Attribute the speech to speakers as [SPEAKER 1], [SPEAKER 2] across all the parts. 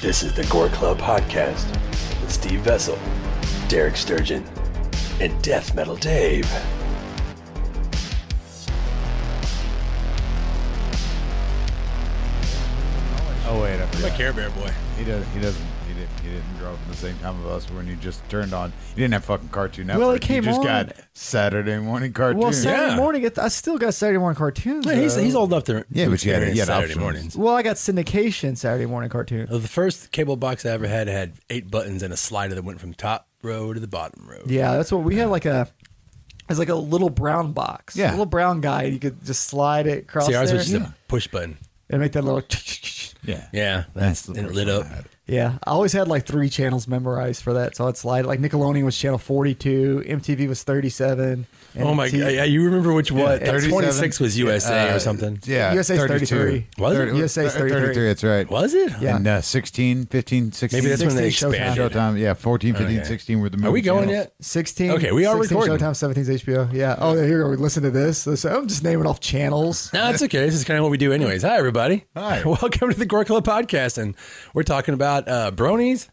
[SPEAKER 1] This is the Gore Club Podcast with Steve Vessel, Derek Sturgeon, and Death Metal Dave.
[SPEAKER 2] Oh wait,
[SPEAKER 3] I'm
[SPEAKER 2] I
[SPEAKER 3] a
[SPEAKER 2] forgot.
[SPEAKER 3] Care Bear boy.
[SPEAKER 2] He does. He doesn't. He didn't. He didn't grow up at the same time as us. When you just turned on, you didn't have fucking Cartoon Network.
[SPEAKER 4] Well, it
[SPEAKER 2] you
[SPEAKER 4] came
[SPEAKER 2] just
[SPEAKER 4] on.
[SPEAKER 2] got Saturday morning cartoons.
[SPEAKER 4] Well, Saturday
[SPEAKER 3] Yeah.
[SPEAKER 4] morning, it, I still got Saturday morning cartoons.
[SPEAKER 3] he's,
[SPEAKER 4] though.
[SPEAKER 3] he's old enough to
[SPEAKER 2] Yeah, but you had-
[SPEAKER 3] experience
[SPEAKER 2] you had
[SPEAKER 3] Saturday
[SPEAKER 2] options.
[SPEAKER 3] mornings.
[SPEAKER 4] Well, I got syndication Saturday morning cartoons.
[SPEAKER 3] The first cable box I ever had had eight buttons and a slider that went from top row to the bottom row.
[SPEAKER 4] Yeah, that's what we had. Like a, it's like a little brown box.
[SPEAKER 2] Yeah.
[SPEAKER 4] a little brown guy. You could just slide it across
[SPEAKER 3] See, ours
[SPEAKER 4] there
[SPEAKER 3] was just a push button.
[SPEAKER 4] and make that little.
[SPEAKER 2] yeah,
[SPEAKER 3] Yeah, that's,
[SPEAKER 2] That's the
[SPEAKER 3] and it
[SPEAKER 2] first
[SPEAKER 3] lit
[SPEAKER 2] one I
[SPEAKER 3] up.
[SPEAKER 2] had.
[SPEAKER 4] Yeah, I always had like three channels memorized for that, so I'd slide. Like Nickelodeon was channel forty-two, MTV was thirty-seven. and
[SPEAKER 3] Oh my
[SPEAKER 4] T-
[SPEAKER 3] god! Yeah, you remember which what?
[SPEAKER 2] Yeah, 37.
[SPEAKER 3] Twenty six was USA
[SPEAKER 2] Uh,
[SPEAKER 3] or something.
[SPEAKER 2] Yeah,
[SPEAKER 4] USA 's
[SPEAKER 2] 32.
[SPEAKER 4] 33.
[SPEAKER 3] Was it?
[SPEAKER 4] USA 's 33.
[SPEAKER 2] That's right.
[SPEAKER 3] Was it?
[SPEAKER 4] Yeah.
[SPEAKER 2] And uh, 16, 15, 16.
[SPEAKER 3] Maybe that's when they
[SPEAKER 4] 16
[SPEAKER 3] expanded. it.
[SPEAKER 2] Showtime. Yeah, 14, 15,
[SPEAKER 3] Okay.
[SPEAKER 2] 16 were the movie
[SPEAKER 3] Are we going
[SPEAKER 2] channels.
[SPEAKER 3] yet?
[SPEAKER 4] Sixteen.
[SPEAKER 3] Okay, we are
[SPEAKER 4] 16
[SPEAKER 3] recording.
[SPEAKER 4] Showtime, seventeen's HBO. Yeah. Oh, here we go. Listen to this. This- I'm just naming off channels.
[SPEAKER 3] No, it's okay. This is kind of what we do, anyways. Hi, everybody.
[SPEAKER 2] Hi.
[SPEAKER 3] Welcome to the Gore Club podcast, and we're talking about uh, bronies,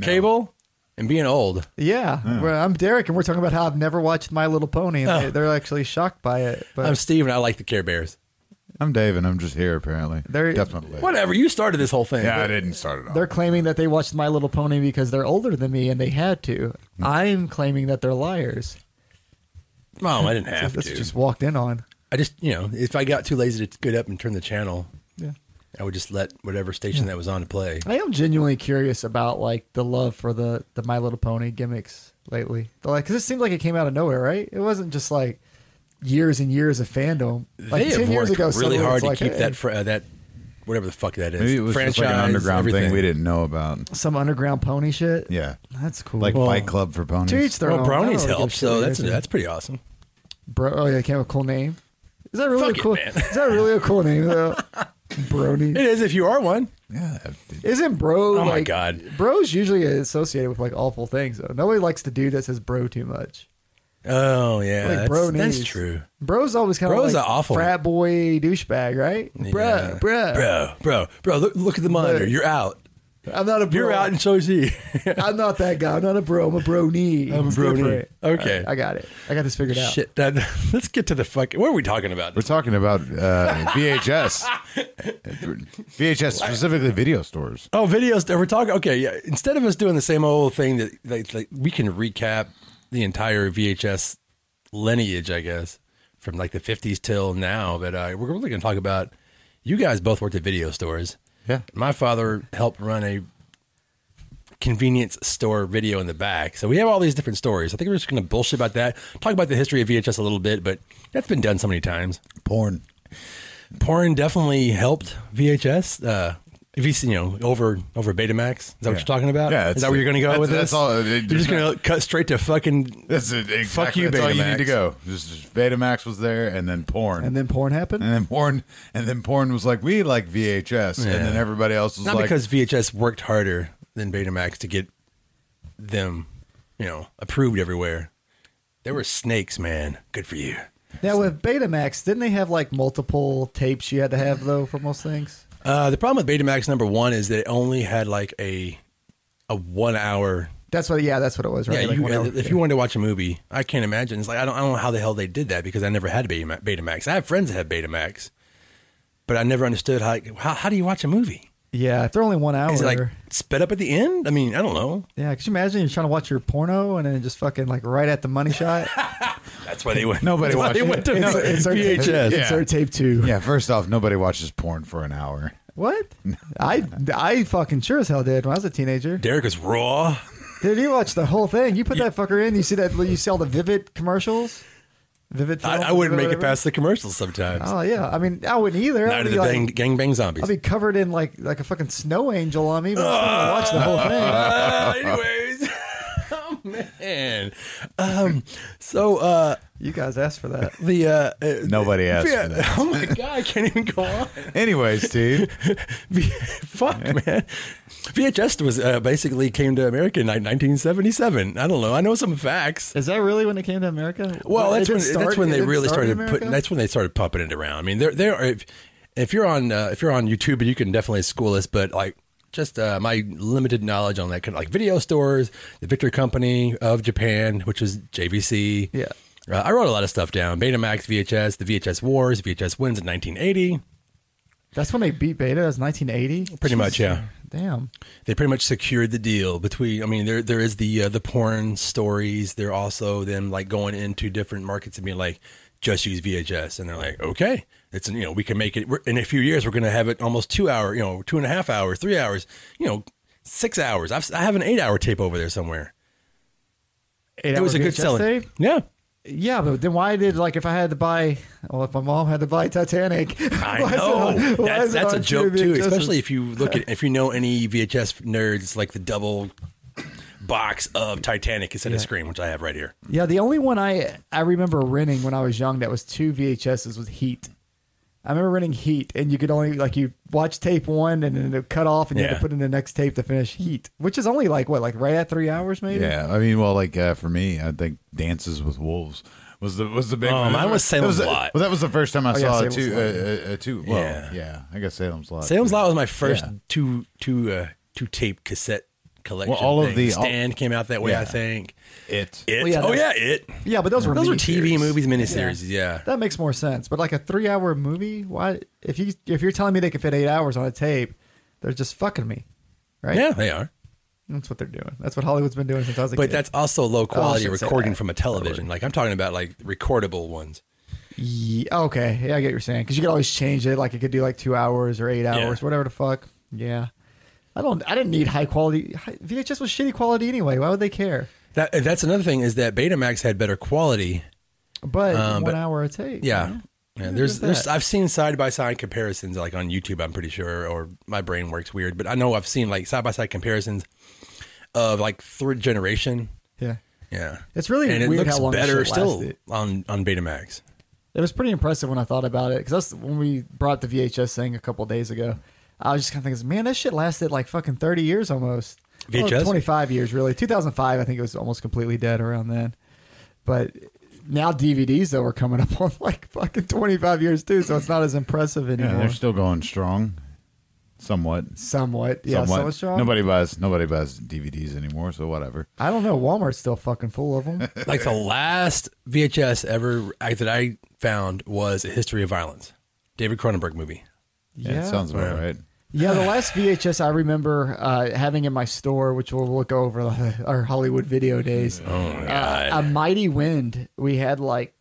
[SPEAKER 3] cable, and being old.
[SPEAKER 4] Yeah, Well, I'm Derek, and we're talking about how I've never watched My Little Pony, and they, they're actually shocked by it. But
[SPEAKER 3] Oh. I'm Steve, and I like the Care Bears.
[SPEAKER 2] I'm Dave, and I'm just here apparently.
[SPEAKER 4] There-
[SPEAKER 2] Definitely.
[SPEAKER 3] Whatever. You started this whole thing.
[SPEAKER 2] Yeah, I didn't start it off.
[SPEAKER 4] they're claiming that they watched My Little Pony because they're older than me and they had to.
[SPEAKER 3] Hmm.
[SPEAKER 4] I'm claiming that they're liars.
[SPEAKER 3] Mom, I didn't have
[SPEAKER 4] That's
[SPEAKER 3] to.
[SPEAKER 4] just walked in on.
[SPEAKER 3] I just, you know, if I got too lazy to get up and turn the channel,
[SPEAKER 4] Yeah.
[SPEAKER 3] I would just let whatever station that was on to play.
[SPEAKER 4] I am genuinely curious about like the love for the the My Little Pony gimmicks lately. They're Like, because it seemed like it came out of nowhere, right? It wasn't just like years and years of fandom. Like
[SPEAKER 3] they
[SPEAKER 4] ten
[SPEAKER 3] have
[SPEAKER 4] years
[SPEAKER 3] worked
[SPEAKER 4] ago,
[SPEAKER 3] really
[SPEAKER 4] suddenly it's
[SPEAKER 3] hard to
[SPEAKER 4] like,
[SPEAKER 3] keep
[SPEAKER 4] hey,
[SPEAKER 3] that fr- uh, that whatever the fuck that is
[SPEAKER 2] Maybe it was
[SPEAKER 3] franchise
[SPEAKER 2] just like an underground
[SPEAKER 3] everything.
[SPEAKER 2] thing we didn't know about.
[SPEAKER 4] some underground pony shit.
[SPEAKER 2] Yeah,
[SPEAKER 4] that's cool.
[SPEAKER 2] like
[SPEAKER 4] Well,
[SPEAKER 2] Fight Club for ponies.
[SPEAKER 4] to each their
[SPEAKER 3] Well,
[SPEAKER 4] own. I don't really
[SPEAKER 3] bronies
[SPEAKER 4] give a
[SPEAKER 3] help,
[SPEAKER 4] shit
[SPEAKER 3] so
[SPEAKER 4] what it
[SPEAKER 3] that's
[SPEAKER 4] is.
[SPEAKER 3] that's pretty awesome.
[SPEAKER 4] Bro, oh yeah, it came with a cool name. Is that really
[SPEAKER 3] Fuck
[SPEAKER 4] a
[SPEAKER 3] it,
[SPEAKER 4] cool?
[SPEAKER 3] man.
[SPEAKER 4] is that really a cool name though? Brony.
[SPEAKER 3] It is if you are one.
[SPEAKER 2] Yeah,
[SPEAKER 4] Isn't bro?
[SPEAKER 3] Oh my
[SPEAKER 4] like-
[SPEAKER 3] God.
[SPEAKER 4] bro's usually associated with like awful things though. Nobody likes the dude that says bro too much.
[SPEAKER 3] Oh yeah,
[SPEAKER 4] Like
[SPEAKER 3] that's,
[SPEAKER 4] bro
[SPEAKER 3] that's
[SPEAKER 4] knees.
[SPEAKER 3] true.
[SPEAKER 4] Bro's always kind of
[SPEAKER 3] Bro's
[SPEAKER 4] like
[SPEAKER 3] a awful-
[SPEAKER 4] frat boy douchebag, right?
[SPEAKER 3] Yeah.
[SPEAKER 4] Bruh, bruh,
[SPEAKER 3] bro, bro, bro. Look, look at the monitor.
[SPEAKER 4] Bro.
[SPEAKER 3] You're out.
[SPEAKER 4] I'm not a bro.
[SPEAKER 3] You're out in Choji.
[SPEAKER 4] I'm not that guy. I'm not a bro. I'm a brony. I'm
[SPEAKER 3] a brony. Okay.
[SPEAKER 4] I got it. I got this figured out.
[SPEAKER 3] Shit. That, let's get to the fuck. What are we talking about?
[SPEAKER 2] We're talking about uh, VHS, VHS specifically video stores.
[SPEAKER 3] Oh, videos. We're talking. Okay, yeah. Instead of us doing the same old thing that like, like we can recap the entire VHS lineage, I guess, from like the fifties till now. But uh, we're really going to talk about. You guys both worked at video stores.
[SPEAKER 2] Yeah.
[SPEAKER 3] My father helped run a convenience store video in the back. So we have all these different stories. I think we're just going to bullshit about that. Talk about the history of VHS a little bit, but that's been done so many times
[SPEAKER 2] Porn.
[SPEAKER 3] porn definitely helped VHS. Uh, if you see, you know, over over Betamax, is that what you're talking about?
[SPEAKER 2] Yeah,
[SPEAKER 3] is
[SPEAKER 2] it's-
[SPEAKER 3] that where you're going to go
[SPEAKER 2] that's-
[SPEAKER 3] with
[SPEAKER 2] that's
[SPEAKER 3] this?
[SPEAKER 2] all- it-
[SPEAKER 3] you're just going to cut straight to fucking.
[SPEAKER 2] That's it, exactly.
[SPEAKER 3] Fuck you,
[SPEAKER 2] That's all you
[SPEAKER 3] Betamax.
[SPEAKER 2] need to go. Just, just Betamax was there, and then porn,
[SPEAKER 4] And then porn happened.
[SPEAKER 2] and then porn, and then porn was like we like VHS, and then everybody else was
[SPEAKER 3] Not
[SPEAKER 2] like,
[SPEAKER 3] because VHS worked harder than Betamax to get them, you know, approved everywhere. They were snakes, man. Good for you.
[SPEAKER 4] Now with Betamax, didn't they have like multiple tapes you had to have though for most things?
[SPEAKER 3] Uh, the problem with Betamax number one is that it only had like a a one hour
[SPEAKER 4] That's what. Yeah, that's what it was. Right.
[SPEAKER 3] Yeah,
[SPEAKER 4] Like,
[SPEAKER 3] you,
[SPEAKER 4] when I-
[SPEAKER 3] if you wanted to watch a movie, I can't imagine. It's like I don't, I don't know how the hell they did that because I never had a Beta- Betamax. I have friends that have Betamax, but I never understood how, how how do you watch a movie?
[SPEAKER 4] yeah, if they're only one hour.
[SPEAKER 3] Is it like sped up at the end? I mean, I don't know.
[SPEAKER 4] Yeah, could you imagine you're trying to watch your porno and then just fucking like right at the money shot?
[SPEAKER 3] That's why they went.
[SPEAKER 2] Nobody
[SPEAKER 3] that's why
[SPEAKER 2] watched
[SPEAKER 3] they
[SPEAKER 2] it.
[SPEAKER 3] went to
[SPEAKER 4] It's- it's our-
[SPEAKER 3] VHS.
[SPEAKER 4] It's our tape two.
[SPEAKER 2] yeah. First off, nobody watches porn for an hour.
[SPEAKER 4] What? I I fucking sure as hell did when I was a teenager.
[SPEAKER 3] Derek was raw.
[SPEAKER 4] Dude, you watch the whole thing. You put that fucker in. You see that? You see all the vivid commercials. Vivid.
[SPEAKER 3] I,
[SPEAKER 4] Films,
[SPEAKER 3] I wouldn't
[SPEAKER 4] Vivid
[SPEAKER 3] make it
[SPEAKER 4] whatever?
[SPEAKER 3] past the commercials sometimes.
[SPEAKER 4] Oh yeah, I mean I wouldn't either.
[SPEAKER 3] Night
[SPEAKER 4] I'd
[SPEAKER 3] of
[SPEAKER 4] be
[SPEAKER 3] the
[SPEAKER 4] like,
[SPEAKER 3] bang, gang bang zombies.
[SPEAKER 4] I'll be covered in like like a fucking snow angel on me, but I'm still gonna watch the whole
[SPEAKER 3] Uh,
[SPEAKER 4] thing.
[SPEAKER 3] anyways, oh man. Um, so uh,
[SPEAKER 4] You guys asked for that.
[SPEAKER 3] the uh, uh,
[SPEAKER 2] Nobody asked
[SPEAKER 3] yeah,
[SPEAKER 2] for that.
[SPEAKER 3] Oh my god, I can't even go on.
[SPEAKER 2] Anyways, Steve,
[SPEAKER 3] V- Fuck, man. VHS was uh, basically came to America in like 1977. I don't know. I know some facts.
[SPEAKER 4] Is that really when it came to America?
[SPEAKER 3] Well,
[SPEAKER 4] It
[SPEAKER 3] that's when,
[SPEAKER 4] didn't start-
[SPEAKER 3] that's when
[SPEAKER 4] it
[SPEAKER 3] they
[SPEAKER 4] didn't
[SPEAKER 3] really
[SPEAKER 4] start in
[SPEAKER 3] started putting.
[SPEAKER 4] America?
[SPEAKER 3] That's when they started pumping it around. I mean, there there are, if, if you're on uh, if you're on YouTube, you can definitely school us. But like just uh, my limited knowledge on that, kind of like video stores, the Victor Company of Japan, which is JVC.
[SPEAKER 4] Yeah.
[SPEAKER 3] Uh, I wrote a lot of stuff down. Betamax, VHS, the VHS Wars, VHS Wins in 1980.
[SPEAKER 4] That's when they beat Beta. That's 1980.
[SPEAKER 3] Pretty much, yeah.
[SPEAKER 4] Damn.
[SPEAKER 3] They pretty much secured the deal between. I mean, there there is the uh, the porn stories. They're also them like going into different markets and being like, just use VHS, and they're like, okay, it's you know we can make it we're, in a few years. We're going to have it almost two hour, you know, two and a half hours, three hours, you know, six hours. I've, I have an eight hour tape over there somewhere.
[SPEAKER 4] Eight
[SPEAKER 3] it was
[SPEAKER 4] hour
[SPEAKER 3] a good
[SPEAKER 4] VHS
[SPEAKER 3] selling.
[SPEAKER 4] tape?
[SPEAKER 3] Yeah,
[SPEAKER 4] Yeah, but then why did like if I had to buy? Well, if my mom had to buy Titanic,
[SPEAKER 3] I
[SPEAKER 4] why is it on- why
[SPEAKER 3] know that's,
[SPEAKER 4] is it
[SPEAKER 3] that's a
[SPEAKER 4] on
[SPEAKER 3] joke
[SPEAKER 4] two
[SPEAKER 3] too.
[SPEAKER 4] VHSs?
[SPEAKER 3] Especially if you look at if you know any VHS nerds, like the double box of Titanic instead of Scream, which I have right here.
[SPEAKER 4] Yeah, the only one I I remember renting when I was young that was two VHSs was Heat. I remember renting Heat, and you could only like you watch tape one, and then it cut off, and you had
[SPEAKER 3] Yeah.
[SPEAKER 4] to put in the next tape to finish Heat, which is only like what like right at three hours maybe.
[SPEAKER 2] Yeah, I mean, well, like uh, for me, I think Dances with Wolves was the was the big.
[SPEAKER 3] Oh,
[SPEAKER 2] one.
[SPEAKER 3] mine was Salem's
[SPEAKER 2] That Um, was-
[SPEAKER 3] Lot.
[SPEAKER 2] Well, that was the first time I
[SPEAKER 4] Oh, yeah,
[SPEAKER 2] saw a
[SPEAKER 4] Salem's
[SPEAKER 2] two. Uh, uh, uh, two. Well,
[SPEAKER 3] Yeah.
[SPEAKER 2] yeah. I guess Salem's Lot.
[SPEAKER 3] Salem's
[SPEAKER 2] too.
[SPEAKER 3] Lot was my first
[SPEAKER 2] Yeah.
[SPEAKER 3] two two uh, two tape cassette collection.
[SPEAKER 2] Well, all of
[SPEAKER 3] thing.
[SPEAKER 2] the-
[SPEAKER 3] stand came out that way, I
[SPEAKER 2] Yeah.
[SPEAKER 3] think.
[SPEAKER 2] It.
[SPEAKER 3] It.
[SPEAKER 4] Well, yeah,
[SPEAKER 3] oh yeah,
[SPEAKER 4] that's-
[SPEAKER 3] it.
[SPEAKER 4] yeah, but those were
[SPEAKER 3] Those were
[SPEAKER 4] miniseries.
[SPEAKER 3] TV movies, miniseries. Yeah.
[SPEAKER 4] That makes more sense. But like a three hour movie, why? If you if you're telling me they can fit eight hours on a tape, they're just fucking me, right?
[SPEAKER 3] yeah, they are.
[SPEAKER 4] that's what they're doing. That's what Hollywood's been doing since I was a
[SPEAKER 3] But
[SPEAKER 4] kid.
[SPEAKER 3] that's also low quality
[SPEAKER 4] shouldn't say
[SPEAKER 3] recording
[SPEAKER 4] that.
[SPEAKER 3] from a television. Like I'm talking about, like recordable ones.
[SPEAKER 4] Yeah, okay. Yeah, I get what you're saying. Because you could always change it. Like it could do like two hours or eight hours, whatever the fuck. Yeah. I don't. I didn't need high quality. hi- VHS was shitty quality anyway. Why would they care?
[SPEAKER 3] That that's another thing is that Betamax had better quality.
[SPEAKER 4] But
[SPEAKER 3] Um,
[SPEAKER 4] one
[SPEAKER 3] but-
[SPEAKER 4] hour a tape.
[SPEAKER 3] Yeah.
[SPEAKER 4] you know?
[SPEAKER 3] Yeah, there's,
[SPEAKER 4] there's that.
[SPEAKER 3] there's, I've seen side by side comparisons like on YouTube. I'm pretty sure, or my brain works weird, but I know I've seen like side by side comparisons of like third generation.
[SPEAKER 4] Yeah.
[SPEAKER 3] Yeah,
[SPEAKER 4] It's really
[SPEAKER 3] and it
[SPEAKER 4] weird
[SPEAKER 3] looks
[SPEAKER 4] how long this
[SPEAKER 3] better
[SPEAKER 4] shit
[SPEAKER 3] still
[SPEAKER 4] lasted.
[SPEAKER 3] on on Betamax.
[SPEAKER 4] It was pretty impressive when I thought about it. Because that's when we brought the VHS thing a couple days ago. I was just kind of thinking, man, that shit lasted like fucking 30 years almost. Well,
[SPEAKER 3] VHS?
[SPEAKER 4] 25 years, really. 2005, I think it was almost completely dead around then. But now DVDs, though, are coming up on like fucking 25 years, too. So it's not as impressive
[SPEAKER 2] Yeah,
[SPEAKER 4] anymore.
[SPEAKER 2] they're still going strong, somewhat.
[SPEAKER 4] somewhat. Yeah,
[SPEAKER 2] somewhat.
[SPEAKER 4] somewhat strong.
[SPEAKER 2] Nobody buys nobody buys DVDs anymore, so whatever.
[SPEAKER 4] I don't know. Walmart's still fucking full of them.
[SPEAKER 3] Like the last VHS ever act that I found was A History of Violence, David Cronenberg movie.
[SPEAKER 2] Yeah, it
[SPEAKER 4] Yeah.
[SPEAKER 2] sounds about
[SPEAKER 3] Yeah.
[SPEAKER 2] right.
[SPEAKER 4] Yeah, the last VHS I remember uh, having in my store, which we'll look over our Hollywood video days. Oh my
[SPEAKER 3] God.
[SPEAKER 4] a Mighty Wind. We had like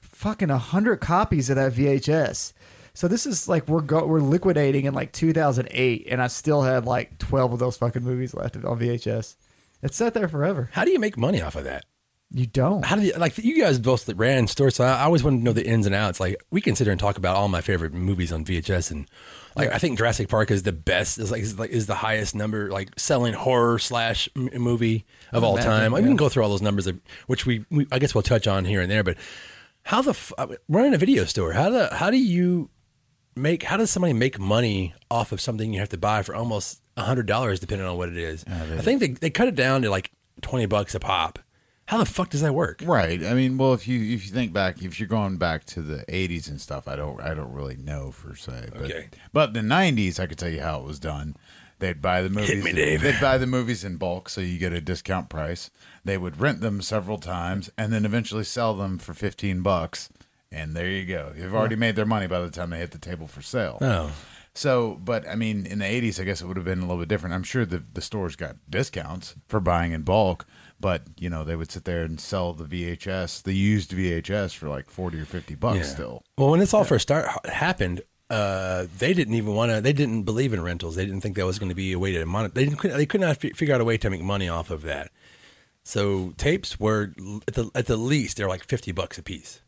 [SPEAKER 4] fucking a hundred copies of that VHS. So this is like we're go- we're liquidating in like 2008, and I still had like 12 of those fucking movies left on VHS. It sat there forever.
[SPEAKER 3] How do you make money off of that?
[SPEAKER 4] You don't.
[SPEAKER 3] How do you like you guys both ran stores? So I, I always wanted to know the ins and outs. Like we consider and talk about all my favorite movies on VHS, and like I think Jurassic Park is the best. Is like is, like, is the highest number like selling horror slash m- movie of all time. I mean, we can go through all those numbers, of, which we, we I guess we'll touch on here and there. But how the f- I mean, running a video store? How the how do you make? How does somebody make money off of something you have to buy for almost hundred dollars, depending on what it is? I think they they cut it down to like twenty bucks a pop. How the fuck does that work?
[SPEAKER 2] Right. I mean, well, if you if you think back, if you're going back to the '80s and stuff, I don't I don't really know per se. But,
[SPEAKER 3] Okay.
[SPEAKER 2] But the '90s, I could tell you how it was done. They'd buy the movies.
[SPEAKER 3] me, Dave.
[SPEAKER 2] They'd buy the movies in bulk, so you get a discount price. They would rent them several times, and then eventually sell them for fifteen bucks. And there you go. You've already made their money by the time they hit the table for sale.
[SPEAKER 3] Oh.
[SPEAKER 2] So, but I mean, in the 80s, I guess it would have been a little bit different. I'm sure the, the stores got discounts for buying in bulk, but you know, they would sit there and sell the VHS, the used VHS for like 40 or 50 bucks still.
[SPEAKER 3] Well, when this all first start happened, uh, they didn't even want to. They didn't believe in rentals. They didn't think that was going to be a way to monetize. They didn't. couldn't- They could not fi- figure out a way to make money off of that. So tapes were l- at the at the least they're like fifty bucks a piece.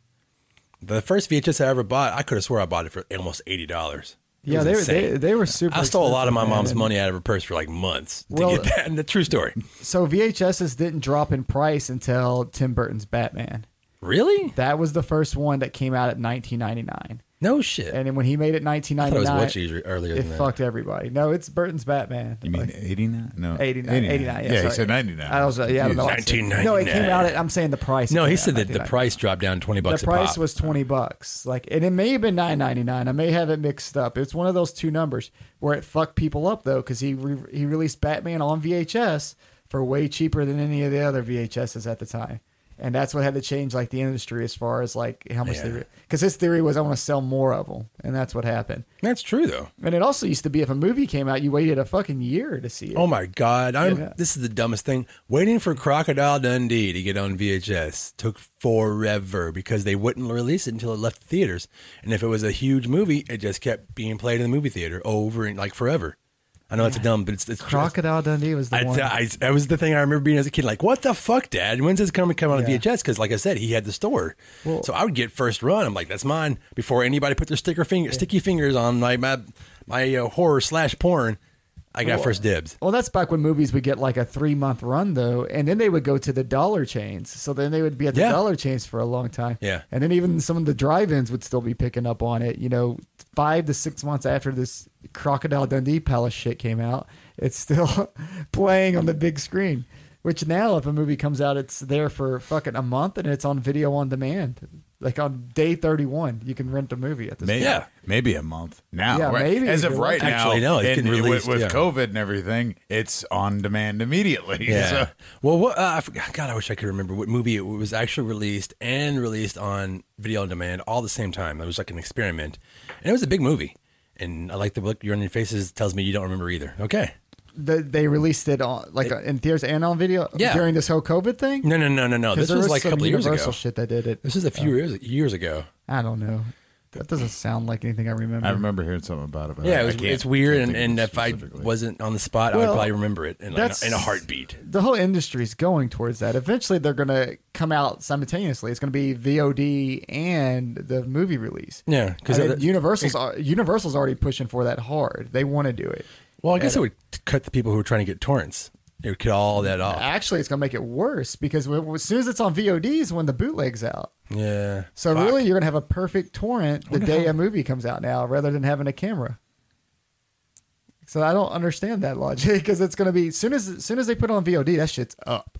[SPEAKER 3] The first VHS I ever bought, I could have swore I bought it for almost eighty dollars.
[SPEAKER 4] yeah, they, they they were super.
[SPEAKER 3] I stole a lot of my
[SPEAKER 4] expensive, man.
[SPEAKER 3] mom's money out of her purse for like months to
[SPEAKER 4] Well-
[SPEAKER 3] get that. And the true story.
[SPEAKER 4] So VHSs didn't drop in price until Tim Burton's Batman.
[SPEAKER 3] Really?
[SPEAKER 4] That was the first one that came out at 1999.
[SPEAKER 3] No shit.
[SPEAKER 4] And then when he made it
[SPEAKER 3] I thought it was
[SPEAKER 4] 1999,
[SPEAKER 3] Witchy's re- earlier
[SPEAKER 4] it
[SPEAKER 3] than that.
[SPEAKER 4] fucked everybody. No, it's Burton's Batman.
[SPEAKER 2] You mean 89? No.
[SPEAKER 4] 89, 89, yeah,
[SPEAKER 2] yeah, he
[SPEAKER 4] sorry.
[SPEAKER 2] said 99.
[SPEAKER 4] I was, uh, yeah, I don't know. what I said. No, it came
[SPEAKER 3] 1999.
[SPEAKER 4] out. At, I'm saying the price.
[SPEAKER 3] No, he
[SPEAKER 4] Yeah,
[SPEAKER 3] said that the
[SPEAKER 4] 1999.
[SPEAKER 3] price dropped down twenty bucks.
[SPEAKER 4] The
[SPEAKER 3] a
[SPEAKER 4] price
[SPEAKER 3] pop.
[SPEAKER 4] was twenty bucks. Like, and it may have been nine ninety nine. I may have it mixed up. It's one of those two numbers where it fucked people up though, because he re- he released Batman on VHS for way cheaper than any of the other VHSs at the time, and that's what had to change like the industry as far as like how much
[SPEAKER 3] Yeah.
[SPEAKER 4] they because his theory was I want to sell more of them, and that's what happened.
[SPEAKER 3] That's true though.
[SPEAKER 4] And it also used to be if a movie came out, you waited a fucking year to see it.
[SPEAKER 3] Oh my god! I'm,
[SPEAKER 4] Yeah.
[SPEAKER 3] This is the dumbest thing. Waiting for Crocodile Dundee to get on VHS took forever because they wouldn't release it until it left the theaters. And if it was a huge movie, it just kept being played in the movie theater over and like forever. I know that's dumb, but it's, it's
[SPEAKER 4] Crocodile Dundee was the
[SPEAKER 3] I,
[SPEAKER 4] one.
[SPEAKER 3] I, that was the thing I remember being as a kid. Like, what the fuck, Dad? When's this coming come out on
[SPEAKER 4] Yeah.
[SPEAKER 3] VHS? Because, like I said, he had the store,
[SPEAKER 4] Well-
[SPEAKER 3] so I would get first run. I'm like, that's mine. Before anybody put their sticker finger, sticky fingers on my my, my uh, horror slash porn, I got first dibs.
[SPEAKER 4] Well, that's back when movies would get like a three month run though, and then they would go to the dollar chains. So then they would be at the
[SPEAKER 3] Yeah.
[SPEAKER 4] dollar chains for a long time.
[SPEAKER 3] Yeah.
[SPEAKER 4] And then even some of the drive-ins would still be picking up on it. You know, five to six months after this Crocodile Dundee Palace shit came out, it's still playing on the big screen. Which now, if a movie comes out, it's there for fucking a month and it's on video on demand. Like on day thirty-one, you can rent a movie at this.
[SPEAKER 2] Maybe,
[SPEAKER 4] point.
[SPEAKER 3] Yeah.
[SPEAKER 2] maybe a month now.
[SPEAKER 4] Yeah,
[SPEAKER 2] right?
[SPEAKER 4] maybe
[SPEAKER 2] As
[SPEAKER 4] it
[SPEAKER 2] of
[SPEAKER 4] could
[SPEAKER 2] right
[SPEAKER 4] work.
[SPEAKER 2] now,
[SPEAKER 3] Actually, no, it
[SPEAKER 2] and
[SPEAKER 3] can release-
[SPEAKER 2] with, with
[SPEAKER 3] yeah.
[SPEAKER 2] COVID and everything, it's on demand immediately.
[SPEAKER 3] Yeah.
[SPEAKER 2] So-
[SPEAKER 3] well, what, uh, I forgot, God, I wish I could remember what movie it was actually released and released on video on demand all the same time. It was like an experiment, and it was a big movie. And I like the look you're on your faces tells me you don't remember either. Okay.
[SPEAKER 4] They, they released it on like in theaters and on video
[SPEAKER 3] Yeah.
[SPEAKER 4] during this whole COVID thing.
[SPEAKER 3] No, no, no, no, no.
[SPEAKER 4] Because
[SPEAKER 3] Uh, This
[SPEAKER 4] there
[SPEAKER 3] was Oh.
[SPEAKER 4] was
[SPEAKER 3] like a
[SPEAKER 4] some
[SPEAKER 3] couple of years
[SPEAKER 4] Universal
[SPEAKER 3] ago.
[SPEAKER 4] shit that did it.
[SPEAKER 3] This is a few years years ago.
[SPEAKER 4] I don't know. That doesn't sound like anything I remember.
[SPEAKER 2] I remember hearing something about it. But
[SPEAKER 3] Yeah,
[SPEAKER 2] I-
[SPEAKER 3] it was,
[SPEAKER 2] I can't-
[SPEAKER 3] it's weird,
[SPEAKER 2] can't
[SPEAKER 3] and,
[SPEAKER 2] think of
[SPEAKER 3] and
[SPEAKER 2] it
[SPEAKER 3] if I
[SPEAKER 2] specifically.
[SPEAKER 3] wasn't on the spot, I would
[SPEAKER 4] Well,
[SPEAKER 3] probably remember it in, like,
[SPEAKER 4] that's-
[SPEAKER 3] in a heartbeat.
[SPEAKER 4] the whole industry's going towards that. Eventually, they're going to come out simultaneously. It's going to be VOD and the movie release.
[SPEAKER 3] Yeah,
[SPEAKER 4] because
[SPEAKER 3] because
[SPEAKER 4] Universal's al- Universal's already pushing for that hard. They want to do it.
[SPEAKER 3] well, I guess it would t- cut the people who were trying to get torrents. It would cut all that off.
[SPEAKER 4] Actually, it's going to make it worse because when- as soon as it's on VOD is when the bootleg's out.
[SPEAKER 3] Yeah.
[SPEAKER 4] So
[SPEAKER 3] Fuck.
[SPEAKER 4] really, you're going to have a perfect torrent the day a movie comes out now, rather than having a camera. So I don't understand that logic because it's going to be soon as soon as they put it on VOD, that shit's up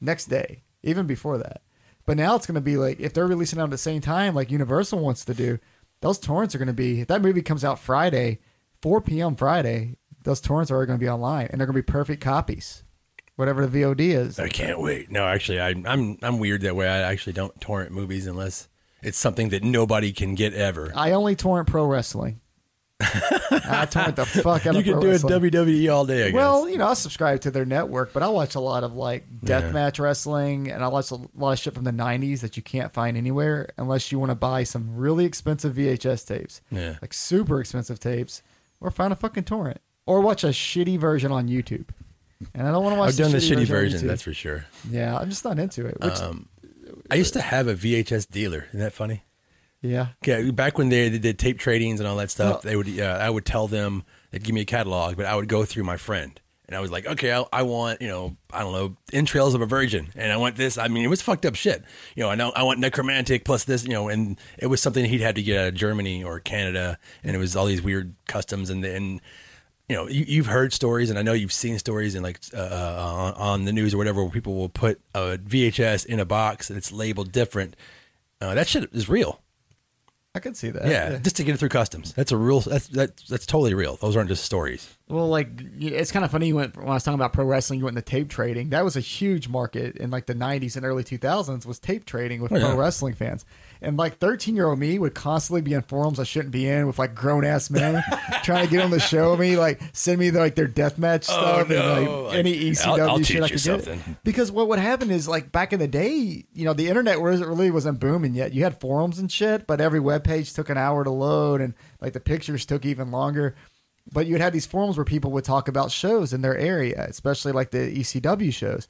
[SPEAKER 4] next day, even before that. But now it's going to be like if they're releasing it at the same time, like Universal wants to do, those torrents are going to be. If that movie comes out Friday, 4 p.m. Friday, those torrents are going to be online and they're going to be perfect copies, whatever the VOD is.
[SPEAKER 3] I can't wait. No, actually, I, I'm I'm weird that way. I actually don't torrent movies unless it's something that nobody can get ever.
[SPEAKER 4] I only torrent pro wrestling. I torrent the fuck out
[SPEAKER 3] You
[SPEAKER 4] of pro
[SPEAKER 3] can do it
[SPEAKER 4] wrestling.
[SPEAKER 3] WWE E all day. I guess.
[SPEAKER 4] well, you know, I subscribe to their network, but I watch a lot of like
[SPEAKER 3] Yeah.
[SPEAKER 4] deathmatch wrestling, and I watch a lot of shit from the '90s that you can't find anywhere unless you want to buy some really expensive VHS tapes,
[SPEAKER 3] Yeah.
[SPEAKER 4] like super expensive tapes, or find a fucking torrent, or watch a shitty version on YouTube. And I don't want to watch.
[SPEAKER 3] I've done the shitty
[SPEAKER 4] on
[SPEAKER 3] version.
[SPEAKER 4] YouTube.
[SPEAKER 3] That's for Um, sure.
[SPEAKER 4] yeah, I'm just not into it. Which,
[SPEAKER 3] I used to have a VHS dealer. Isn't that funny?
[SPEAKER 4] yeah,
[SPEAKER 3] Yeah, back when they, they did tape tradings and all that stuff,
[SPEAKER 4] Well-
[SPEAKER 3] they would. Uh, I would tell them they'd give me a catalog, but I would go through my friend, and I was like, okay, I, I want you know, I don't know, entrails of a virgin, and I want this. I mean, it was fucked up shit. You know, I know I want necromantic plus this. You know, and it was something he'd had to get out of Germany or Canada, and it was all these weird customs and and. You know, you, you've heard stories, and I know you've seen stories, and like uh, on, on the news or whatever, where people will put a VHS in a box and it's labeled different. Uh, that shit is real
[SPEAKER 4] I could see that.
[SPEAKER 3] yeah, just to get it through customs. That's a real. That's that's that's totally real. Those aren't just stories.
[SPEAKER 4] Well, like y- it's kind of funny. You went when I was talking about pro wrestling. You went into tape trading. That was a huge market in like the '90s and early 2000s. Was tape trading with
[SPEAKER 3] Oh, yeah.
[SPEAKER 4] pro wrestling fans, and like 13 year old me would constantly be in forums I shouldn't be in with like grown ass men trying to get on the show me, like send me like their deathmatch
[SPEAKER 3] Oh,
[SPEAKER 4] stuff and
[SPEAKER 3] no.
[SPEAKER 4] like any
[SPEAKER 3] Like,
[SPEAKER 4] ECW
[SPEAKER 3] I'll- I'll
[SPEAKER 4] shit
[SPEAKER 3] teach
[SPEAKER 4] I
[SPEAKER 3] you
[SPEAKER 4] could
[SPEAKER 3] something.
[SPEAKER 4] get. Because what would happen is like back in the day, you know, the internet was really wasn't booming yet. You had forums and shit, but every web page took an hour to load, and like the pictures took even longer. But you'd have these forums where people would talk about shows in their area, especially like the ECW shows.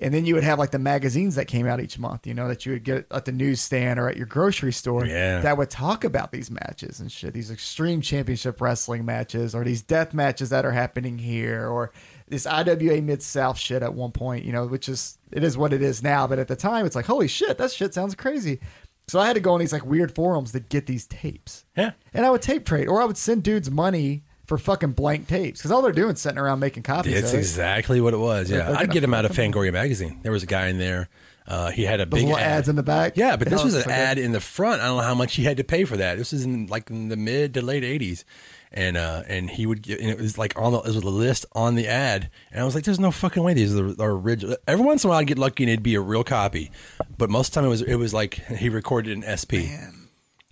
[SPEAKER 4] And then you would have like the magazines that came out each month, you know, that you would get at the newsstand or at your grocery store
[SPEAKER 3] Yeah.
[SPEAKER 4] that would talk about these matches and shit, these extreme championship wrestling matches or these death matches that are happening here or this IWA Mid South shit at one point, you know, which is it is what it is now, but at the time it's like, holy shit, that shit sounds crazy. So I had to go on these like weird forums to get these tapes.
[SPEAKER 3] Yeah.
[SPEAKER 4] And I would tape trade, or I would send dudes money for fucking blank tapes because all they're doing is sitting around making copies.
[SPEAKER 3] It's
[SPEAKER 4] of it.
[SPEAKER 3] exactly what it was. Yeah,
[SPEAKER 4] they're
[SPEAKER 3] I'd
[SPEAKER 4] gonna
[SPEAKER 3] get him out of Fangoria magazine. There was a guy in there. Uh, he had a
[SPEAKER 4] Those
[SPEAKER 3] big
[SPEAKER 4] little
[SPEAKER 3] ad.
[SPEAKER 4] ads in the back.
[SPEAKER 3] Yeah, but this
[SPEAKER 4] Oh,
[SPEAKER 3] was an
[SPEAKER 4] so good.
[SPEAKER 3] ad in the front. I don't know how much he had to pay for that. This is in like in the mid to late '80s, and uh, and he would get, and it was like on the it was a list on the ad, and I was like, "There's no fucking way these are, are original." Every once in a while, I'd get lucky and it'd be a real copy, but most of the time it was it was like he recorded an SP.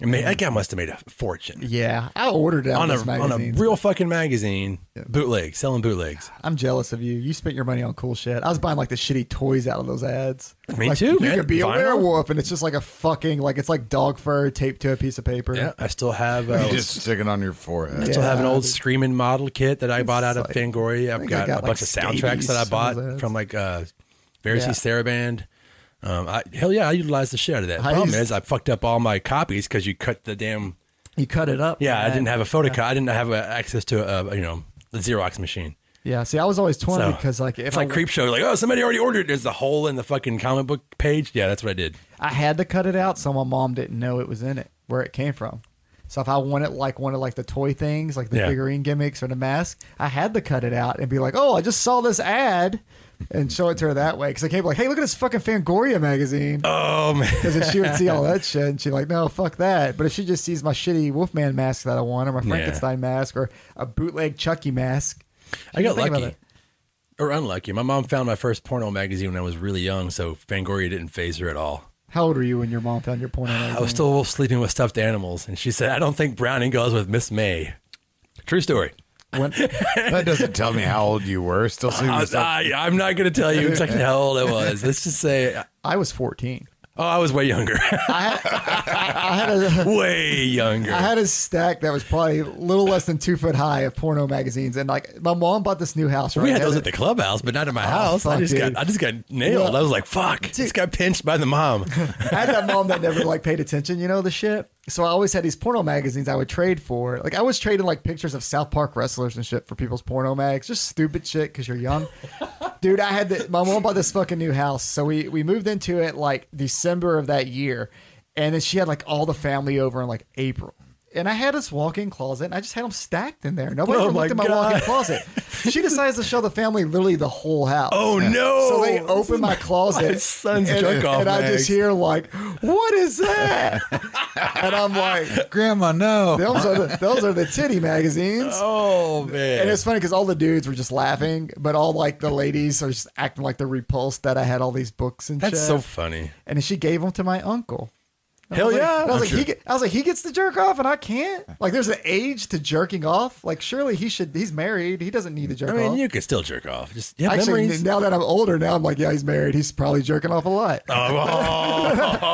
[SPEAKER 3] And made, that guy must have made a fortune
[SPEAKER 4] Yeah, I ordered it out
[SPEAKER 3] on a
[SPEAKER 4] of
[SPEAKER 3] on a
[SPEAKER 4] magazine.
[SPEAKER 3] real fucking magazine bootleg selling bootlegs.
[SPEAKER 4] I'm jealous of you. You spent your money on cool shit. I was buying like the shitty toys out of those ads.
[SPEAKER 3] Me
[SPEAKER 4] Like,
[SPEAKER 3] too,
[SPEAKER 4] You
[SPEAKER 3] man.
[SPEAKER 4] could be
[SPEAKER 3] Vinyl?
[SPEAKER 4] a werewolf, and it's just like a fucking like it's like dog fur taped to a piece of paper.
[SPEAKER 3] Yeah, I still have. Uh,
[SPEAKER 2] You just stick it on your forehead.
[SPEAKER 3] I still have an
[SPEAKER 4] Yeah,
[SPEAKER 3] old
[SPEAKER 4] dude.
[SPEAKER 3] screaming model kit that I bought out of
[SPEAKER 4] like-
[SPEAKER 3] Fangoria.
[SPEAKER 4] I
[SPEAKER 3] I've
[SPEAKER 4] think I
[SPEAKER 3] got,
[SPEAKER 4] got,
[SPEAKER 3] a
[SPEAKER 4] like,
[SPEAKER 3] bunch of soundtracks
[SPEAKER 4] scabies
[SPEAKER 3] that I
[SPEAKER 4] from those
[SPEAKER 3] bought
[SPEAKER 4] ads.
[SPEAKER 3] from like uh, Verity
[SPEAKER 4] Yeah.
[SPEAKER 3] Theraband. Um, I, hell yeah, I utilized the shit out of that.
[SPEAKER 4] I
[SPEAKER 3] Problem
[SPEAKER 4] used-
[SPEAKER 3] is, I fucked up all my copies because you cut the damn.
[SPEAKER 4] You cut it up.
[SPEAKER 3] Yeah, I
[SPEAKER 4] man.
[SPEAKER 3] didn't have a photocopy. I didn't have uh access to a, you know the Xerox machine.
[SPEAKER 4] Yeah, see, I was always torn
[SPEAKER 3] So
[SPEAKER 4] because like if
[SPEAKER 3] it's
[SPEAKER 4] I
[SPEAKER 3] like creep show, like oh somebody already ordered. it. There's the hole in the fucking comic book page. Yeah, that's what I did.
[SPEAKER 4] I had to cut it out, so my mom didn't know it was in it, where it came from. So if I wanted like one of like the toy things, like the
[SPEAKER 3] Yeah.
[SPEAKER 4] figurine gimmicks or the mask, I had to cut it out and be like, "Oh, I just saw this ad," and show it to her that way because I can't be like, "Hey, look at this fucking Fangoria magazine,"
[SPEAKER 3] Oh man,
[SPEAKER 4] because she would see all that shit and she'd be like, "No, fuck that." But if she just sees my shitty Wolfman mask that I want, or my Frankenstein mask, or a bootleg Chucky mask,
[SPEAKER 3] I got
[SPEAKER 4] Think about
[SPEAKER 3] lucky.
[SPEAKER 4] it.
[SPEAKER 3] Or unlucky. My mom found my first porno magazine when I was really young, so Fangoria didn't phase her at all.
[SPEAKER 4] How old were you when your mom found your porno magazine?
[SPEAKER 3] I was still sleeping with stuffed animals, and she said, "I don't think Browning goes with Miss May." True story.
[SPEAKER 4] When-
[SPEAKER 2] That doesn't tell me how old you were. Still seeing
[SPEAKER 3] I,
[SPEAKER 2] this stuff.
[SPEAKER 3] I, am not going to tell you exactly how old I was. Let's just say,
[SPEAKER 4] I was fourteen.
[SPEAKER 3] oh, I was way younger,
[SPEAKER 4] I had, I, I had a.
[SPEAKER 3] way younger.
[SPEAKER 4] I had a stack that was probably a little less than two foot high of porno magazines, and like my mom bought this new house. Right?
[SPEAKER 3] we had those
[SPEAKER 4] It-
[SPEAKER 3] at the clubhouse, but not at my house. I
[SPEAKER 4] Oh, fuck,
[SPEAKER 3] just
[SPEAKER 4] dude.
[SPEAKER 3] got, I just got nailed.
[SPEAKER 4] Yeah.
[SPEAKER 3] I was like, "Fuck!" Just got pinched by the mom.
[SPEAKER 4] I had that mom that never like paid attention, you know, the shit. So I always had these porno magazines I would trade for. Like I was trading like pictures of South Park wrestlers and shit for people's porno mags, just stupid shit because you're young. Dude, I had the, my mom bought this fucking new house, so we we moved into it like December of that year, and then she had like all the family over in like April. And I had this walk-in closet, and I just had them stacked in there. Nobody
[SPEAKER 3] Oh
[SPEAKER 4] ever looked
[SPEAKER 3] my
[SPEAKER 4] in my walk-in
[SPEAKER 3] God.
[SPEAKER 4] closet. She decides to show the family literally the whole house.
[SPEAKER 3] oh no!
[SPEAKER 4] So they open my closet.
[SPEAKER 3] my son's
[SPEAKER 4] and,
[SPEAKER 3] jerk off
[SPEAKER 4] and I
[SPEAKER 3] mags.
[SPEAKER 4] just hear like, "What is that?" and I'm like,
[SPEAKER 2] Grandma, no.
[SPEAKER 4] "Those are the, those are the titty magazines."
[SPEAKER 3] oh man!
[SPEAKER 4] And it's funny because all the dudes were just laughing, but all like the ladies are just acting like they're repulsed that I had all these books and
[SPEAKER 3] that's
[SPEAKER 4] shit.
[SPEAKER 3] so funny.
[SPEAKER 4] and then she gave them to my uncle. I
[SPEAKER 3] Hell
[SPEAKER 4] was like-
[SPEAKER 3] yeah!
[SPEAKER 4] I was
[SPEAKER 3] I'm
[SPEAKER 4] like,
[SPEAKER 3] sure.
[SPEAKER 4] he, get- I was like, he gets to jerk off, and I can't. Like, there's an age to jerking off. Like, surely he should. He's married. He doesn't need to jerk
[SPEAKER 3] I mean,
[SPEAKER 4] off.
[SPEAKER 3] you could still jerk off. Just yeah,
[SPEAKER 4] Actually,
[SPEAKER 3] memories.
[SPEAKER 4] now that I'm older, now I'm like, yeah, he's married. He's probably jerking off a lot.
[SPEAKER 3] Oh,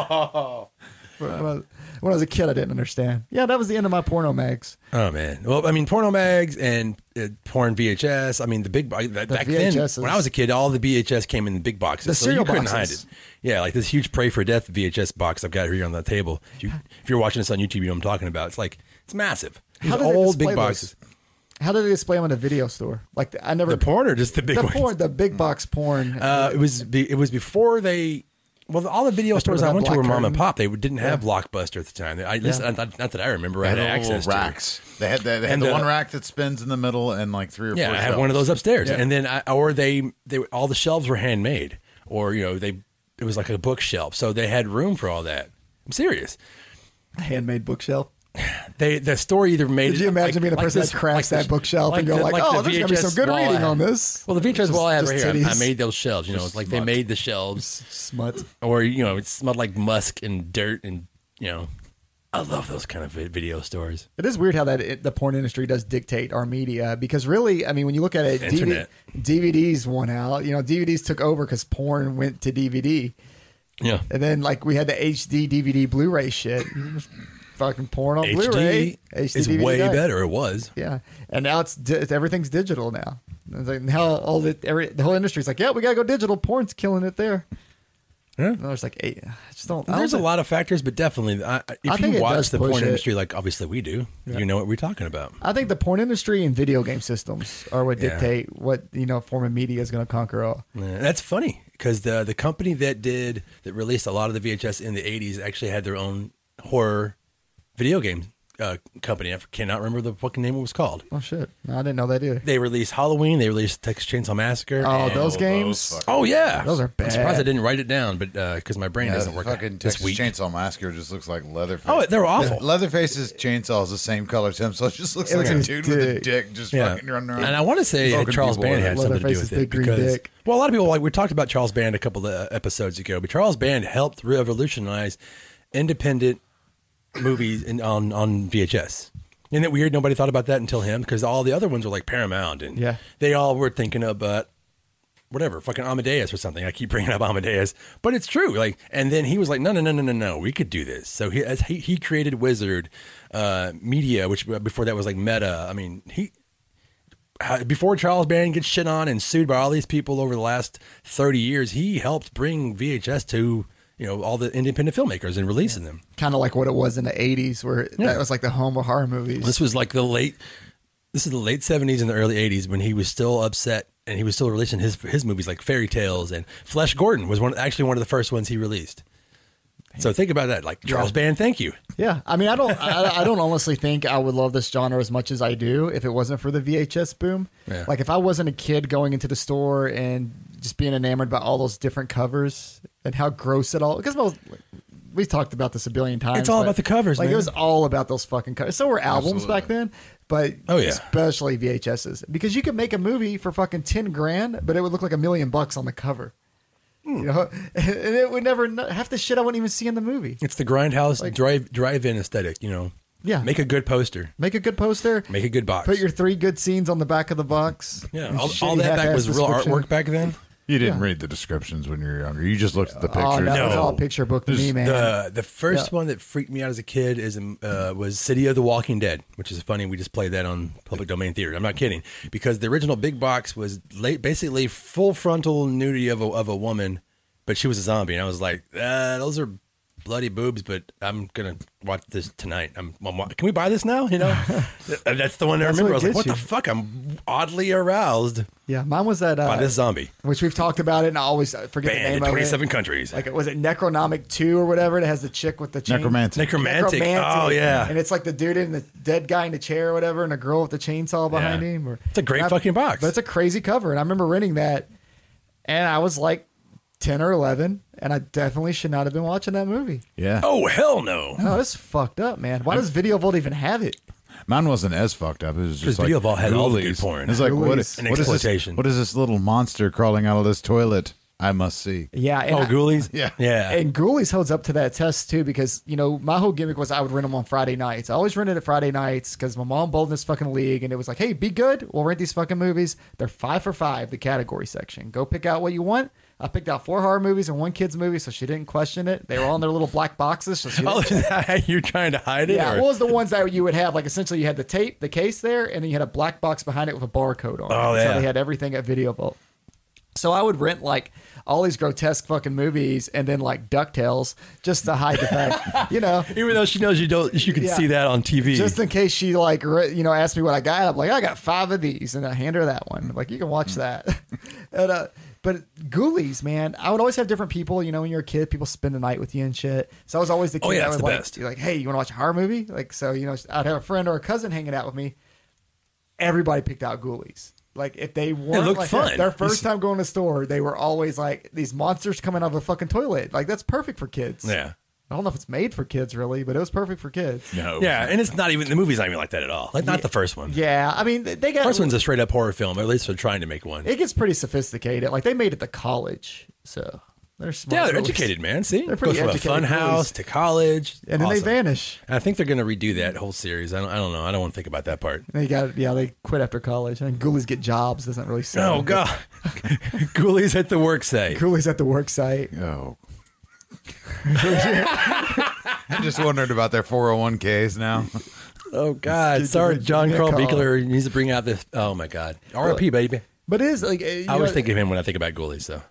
[SPEAKER 4] When I, was, when I was a kid, I didn't understand. Yeah, that was the end of my porno mags.
[SPEAKER 3] Oh man. Well, I mean, porno mags and uh, porn VHS. I mean, the big I- that, back
[SPEAKER 4] VHSs.
[SPEAKER 3] then when I was a kid, all the VHS came in big boxes.
[SPEAKER 4] The
[SPEAKER 3] so
[SPEAKER 4] cereal
[SPEAKER 3] you couldn't
[SPEAKER 4] boxes.
[SPEAKER 3] hide it. Yeah, like this huge "Pray for Death" VHS box I've got here on the table. If, you, if you're watching this on YouTube, you know what I'm talking about. It's like it's massive. These
[SPEAKER 4] How do they
[SPEAKER 3] old
[SPEAKER 4] display
[SPEAKER 3] big
[SPEAKER 4] those?
[SPEAKER 3] boxes.
[SPEAKER 4] How did they display them in a video store? Like I never
[SPEAKER 3] The porn or just the big
[SPEAKER 4] the
[SPEAKER 3] ones?
[SPEAKER 4] porn, the big box porn.
[SPEAKER 3] Uh, it was be- it was before they. Well, all the video stores
[SPEAKER 4] with
[SPEAKER 3] I
[SPEAKER 4] that
[SPEAKER 3] went to
[SPEAKER 4] black
[SPEAKER 3] were mom
[SPEAKER 4] curtain.
[SPEAKER 3] and pop. They didn't have Blockbuster at the time. I, at least-
[SPEAKER 4] Yeah.
[SPEAKER 3] not, not that I remember. I
[SPEAKER 2] They
[SPEAKER 3] had
[SPEAKER 2] had little
[SPEAKER 3] access to
[SPEAKER 2] racks. They had, the, they had
[SPEAKER 3] And,
[SPEAKER 2] the
[SPEAKER 3] uh,
[SPEAKER 2] one rack that spins in the middle and like three or
[SPEAKER 3] Yeah,
[SPEAKER 2] four.
[SPEAKER 3] I have one of
[SPEAKER 2] shelves.
[SPEAKER 3] those upstairs, and then I, or they they all the shelves were handmade, or you know they it was like a bookshelf, so they had room for all that. I'm serious.
[SPEAKER 4] handmade bookshelf.
[SPEAKER 3] They the store either made.
[SPEAKER 4] Did you
[SPEAKER 3] it-
[SPEAKER 4] imagine
[SPEAKER 3] like-
[SPEAKER 4] being the
[SPEAKER 3] like
[SPEAKER 4] person
[SPEAKER 3] this-
[SPEAKER 4] that crafts
[SPEAKER 3] like the-
[SPEAKER 4] that bookshelf and go
[SPEAKER 3] the-
[SPEAKER 4] like, "Oh,
[SPEAKER 3] the
[SPEAKER 4] there's gonna be
[SPEAKER 3] VHS
[SPEAKER 4] some good
[SPEAKER 3] wall I
[SPEAKER 4] reading
[SPEAKER 3] had."
[SPEAKER 4] on this."
[SPEAKER 3] Well, the VHS wall I had
[SPEAKER 4] Just
[SPEAKER 3] right here, I- I
[SPEAKER 4] titties.
[SPEAKER 3] made those shelves. You know, it's like they
[SPEAKER 2] smut.
[SPEAKER 3] made the shelves,
[SPEAKER 4] Smut.
[SPEAKER 3] or you know, it smelled like musk and dirt, and you know, I love those kind of vi- video stores.
[SPEAKER 4] It is weird how that it, the porn industry does dictate our media because really, I mean, when you look at it, DV,
[SPEAKER 3] Internet.
[SPEAKER 4] DVDs won out. You know, DVDs took over because porn went to DVD.
[SPEAKER 3] Yeah,
[SPEAKER 4] And then like we had the HD DVD Blu-ray shit. Fucking porn on Blu-ray.
[SPEAKER 3] HD is way
[SPEAKER 4] died.
[SPEAKER 3] better. It was.
[SPEAKER 4] Yeah, and now it's, di- it's everything's digital now. It's like now all the every the whole industry's like, yeah, we gotta go digital. Porn's killing it there.
[SPEAKER 3] Yeah.
[SPEAKER 4] And there's like eight. I just don't. I don't
[SPEAKER 3] There's a
[SPEAKER 4] think-
[SPEAKER 3] lot of factors, but definitely, I, I- if
[SPEAKER 4] I think
[SPEAKER 3] you
[SPEAKER 4] it
[SPEAKER 3] watch
[SPEAKER 4] does
[SPEAKER 3] the
[SPEAKER 4] push
[SPEAKER 3] porn
[SPEAKER 4] it.
[SPEAKER 3] industry, like obviously we do, you know what we're talking about.
[SPEAKER 4] I think the porn industry and video game systems are what
[SPEAKER 3] Yeah.
[SPEAKER 4] dictate what you know form of media is going to conquer all.
[SPEAKER 3] Yeah, That's funny because the the company that did that released a lot of the VHS in the '80s actually had their own horror video game uh, company. I cannot remember the fucking name it was called.
[SPEAKER 4] Oh shit! No, I didn't know that either.
[SPEAKER 3] They released Halloween. They released Texas Chainsaw Massacre.
[SPEAKER 4] Oh,
[SPEAKER 3] and-
[SPEAKER 4] those
[SPEAKER 2] Oh,
[SPEAKER 4] games.
[SPEAKER 2] fuck-
[SPEAKER 3] Oh yeah,
[SPEAKER 4] Those are
[SPEAKER 3] I'm surprised I
[SPEAKER 4] bad.
[SPEAKER 3] didn't write it down, but because my brain
[SPEAKER 2] Yeah,
[SPEAKER 3] doesn't work
[SPEAKER 2] fucking
[SPEAKER 3] this
[SPEAKER 2] Texas
[SPEAKER 3] week.
[SPEAKER 2] Chainsaw Massacre just looks like Leatherface.
[SPEAKER 3] Oh, they're awful.
[SPEAKER 2] Leatherface's chainsaw is the same color as him, so it just looks
[SPEAKER 4] It
[SPEAKER 2] like a
[SPEAKER 4] looks
[SPEAKER 2] dude
[SPEAKER 4] like
[SPEAKER 2] with
[SPEAKER 4] a
[SPEAKER 2] a dick just
[SPEAKER 3] Yeah.
[SPEAKER 2] fucking running around.
[SPEAKER 3] And I want to say
[SPEAKER 2] Poking
[SPEAKER 3] Charles
[SPEAKER 2] people
[SPEAKER 3] Band
[SPEAKER 2] with it.
[SPEAKER 3] had something to do
[SPEAKER 4] Leatherface's
[SPEAKER 3] with it
[SPEAKER 4] big green
[SPEAKER 3] because
[SPEAKER 4] dick.
[SPEAKER 3] well, a lot of people like we talked about Charles Band a couple of episodes ago, but Charles Band helped revolutionize independent movies in, on on VHS. Isn't it weird? Nobody thought about that until him because all the other ones were like Paramount and
[SPEAKER 4] Yeah.
[SPEAKER 3] they all were thinking about whatever fucking Amadeus or something. I keep bringing up Amadeus, but it's true. Like, and then he was like, no, no, no, no, no, no, we could do this. So he as he, he created Wizard uh, Media, which before that was like Meta. I mean, he how- before Charles Band gets shit on and sued by all these people over the last 30 years, he helped bring VHS to, you know, all the independent filmmakers and releasing them.
[SPEAKER 4] Kind of like what it was in the '80s, where
[SPEAKER 3] Yeah.
[SPEAKER 4] that was like the home of horror movies.
[SPEAKER 3] This was like the late this is the late 70s and the early 80s when he was still upset and he was still releasing his his movies like Fairy Tales and Flesh Gordon was one actually one of the first ones he released. So think about that like Charles Band, thank you.
[SPEAKER 4] yeah, I mean, I don't, I, I don't honestly think I would love this genre as much as I do if it wasn't for the VHS boom.
[SPEAKER 3] Yeah.
[SPEAKER 4] Like if I wasn't a kid going into the store and just being enamored by all those different covers and how gross it all. Because most, we talked about this a billion times.
[SPEAKER 3] It's all
[SPEAKER 4] but,
[SPEAKER 3] about the covers,
[SPEAKER 4] Like
[SPEAKER 3] man.
[SPEAKER 4] it was all about those fucking covers. So were albums back then, but
[SPEAKER 3] Oh, yeah.
[SPEAKER 4] especially VHSs because you could make a movie for fucking ten grand, but it would look like a million bucks on the cover.
[SPEAKER 3] Hmm.
[SPEAKER 4] You know, and it would never half the shit I wouldn't even see in the movie.
[SPEAKER 3] It's the grindhouse
[SPEAKER 4] Like-
[SPEAKER 3] drive drive-in aesthetic, you know.
[SPEAKER 4] Yeah.
[SPEAKER 3] Make a good poster.
[SPEAKER 4] Make a good poster.
[SPEAKER 3] Make a good box.
[SPEAKER 4] Put your three good scenes on the back of the box.
[SPEAKER 3] yeah,
[SPEAKER 4] And
[SPEAKER 3] all,
[SPEAKER 4] shitty
[SPEAKER 3] all that back
[SPEAKER 4] half-assed
[SPEAKER 3] was real
[SPEAKER 4] description.
[SPEAKER 3] artwork back then.
[SPEAKER 2] you didn't
[SPEAKER 4] yeah.
[SPEAKER 2] read the descriptions when you were younger. You just looked at the pictures.
[SPEAKER 4] Oh, no, it's
[SPEAKER 3] No.
[SPEAKER 4] all picture book to me, man.
[SPEAKER 3] The the first
[SPEAKER 4] Yeah.
[SPEAKER 3] one that freaked me out as a kid is um, uh, was City of the Walking Dead, which is funny. We just played that on public domain theater. I'm not kidding because the original big box was la- basically full frontal nudity of a of a woman, but she was a zombie, and I was like, uh, those are bloody boobs. But I'm gonna watch this tonight. I'm, I'm wa- can we buy this now? You know, Th- that's the one I
[SPEAKER 4] That's
[SPEAKER 3] remember. I was
[SPEAKER 4] what
[SPEAKER 3] like, what
[SPEAKER 4] gets
[SPEAKER 3] the fuck? I'm oddly aroused
[SPEAKER 4] yeah, mine was that.
[SPEAKER 3] by
[SPEAKER 4] Uh,
[SPEAKER 3] this zombie.
[SPEAKER 4] which we've talked about it, and I always uh, forget
[SPEAKER 3] Banned in
[SPEAKER 4] the name of
[SPEAKER 3] 27
[SPEAKER 4] it.
[SPEAKER 3] countries.
[SPEAKER 4] Like, was it Necronomic Two or whatever? It has the chick with the chain.
[SPEAKER 2] Necromantic.
[SPEAKER 3] Necromantic. Oh yeah.
[SPEAKER 4] and it's like the dude and the dead guy in the chair or whatever, and a girl with the chainsaw behind
[SPEAKER 3] Yeah.
[SPEAKER 4] him. Or,
[SPEAKER 3] It's a great
[SPEAKER 4] and I-
[SPEAKER 3] fucking box.
[SPEAKER 4] but it's a crazy cover. And I remember renting that, and I was like ten or eleven, and I definitely should not have been watching that movie.
[SPEAKER 2] yeah.
[SPEAKER 3] oh hell no.
[SPEAKER 4] No, it's fucked up, man. Why does Video Vault even have it?
[SPEAKER 2] Mine wasn't as fucked up. It was just like
[SPEAKER 3] Video Vault had all the good
[SPEAKER 2] ghoulies.
[SPEAKER 3] porn.
[SPEAKER 2] It's like what, what,
[SPEAKER 4] Ghoulies.
[SPEAKER 3] And
[SPEAKER 2] is this,
[SPEAKER 3] exploitation.
[SPEAKER 2] what is this little monster crawling out of this toilet? I must see.
[SPEAKER 4] Yeah. And
[SPEAKER 3] oh,
[SPEAKER 4] I-
[SPEAKER 3] Ghoulies?
[SPEAKER 2] Yeah.
[SPEAKER 3] Yeah.
[SPEAKER 4] And Ghoulies holds up to that test too because you know my whole gimmick was I would rent them on Friday nights. I always rented it Friday nights because my mom bowled in this fucking league and it was like, hey, be good. We'll rent these fucking movies. They're five for five, the category section. Go pick out what you want. I picked out four horror movies and one kids movie, so she didn't question it. They were all in their little black boxes. So she
[SPEAKER 3] Oh,
[SPEAKER 4] didn't
[SPEAKER 3] you're trying to hide it?
[SPEAKER 4] yeah,
[SPEAKER 3] or-
[SPEAKER 4] what was the ones that you would have? Like essentially, you had the tape, the case there, and then you had a black box behind it with a barcode on.
[SPEAKER 3] Oh,
[SPEAKER 4] it.
[SPEAKER 3] yeah.
[SPEAKER 4] So they had everything at Video Vault. So I would rent like all these grotesque fucking movies and then like Ducktales just to hide the fact, you know,
[SPEAKER 3] even though she knows you don't, you can
[SPEAKER 4] Yeah.
[SPEAKER 3] see that on TV.
[SPEAKER 4] just in case she like re- you know asked me what I got. I'm like, I got five of these, and I hand her that one. I'm like, you can watch
[SPEAKER 3] Hmm.
[SPEAKER 4] that. and, uh, but Ghoulies, man, I would always have different people. You know, when you're a kid, people spend the night with you and shit. So I was always the kid
[SPEAKER 3] Oh, yeah,
[SPEAKER 4] that
[SPEAKER 3] it's
[SPEAKER 4] would
[SPEAKER 3] the
[SPEAKER 4] like,
[SPEAKER 3] best.
[SPEAKER 4] be like, hey, you want to watch a horror movie? Like, so you know, I'd have a friend or a cousin hanging out with me. Everybody picked out Ghoulies. Like if they weren't
[SPEAKER 3] looked
[SPEAKER 4] like
[SPEAKER 3] fun.
[SPEAKER 4] their first time going to the store, they were always like these monsters coming out of a fucking toilet. Like that's perfect for kids.
[SPEAKER 3] yeah.
[SPEAKER 4] I don't know if it's made for kids really, but it was perfect for kids.
[SPEAKER 2] No.
[SPEAKER 3] Yeah, and it's not even, the movie's not even like that at all. Like, not the first one.
[SPEAKER 4] Oh. Yeah, I mean, they got
[SPEAKER 3] First one's a straight up horror film, or at least they're trying to make one.
[SPEAKER 4] it gets pretty sophisticated. Like they made it to college, so they're smart.
[SPEAKER 3] yeah, they're
[SPEAKER 4] folks.
[SPEAKER 3] educated, man. See?
[SPEAKER 4] They're pretty
[SPEAKER 3] Goes from
[SPEAKER 4] educated
[SPEAKER 3] a fun
[SPEAKER 4] boys.
[SPEAKER 3] house to college.
[SPEAKER 4] and then
[SPEAKER 3] Awesome.
[SPEAKER 4] they vanish.
[SPEAKER 3] I think they're going to redo that whole series. I don't, I don't know. I don't want to think about that part.
[SPEAKER 4] They got yeah, they quit after college, and ghoulies get jobs. Doesn't really sound.
[SPEAKER 3] Oh, God. Ghoulies at the work site.
[SPEAKER 4] Ghoulies at the work site.
[SPEAKER 2] Oh. I just wondered about their 401ks now.
[SPEAKER 3] Oh, God. Sorry, John Carl Beekler needs to bring out this. Oh, my God. RIP, baby.
[SPEAKER 4] But it is like eh, you
[SPEAKER 3] I always
[SPEAKER 4] know,
[SPEAKER 3] think of him when I think about Ghoulies, though.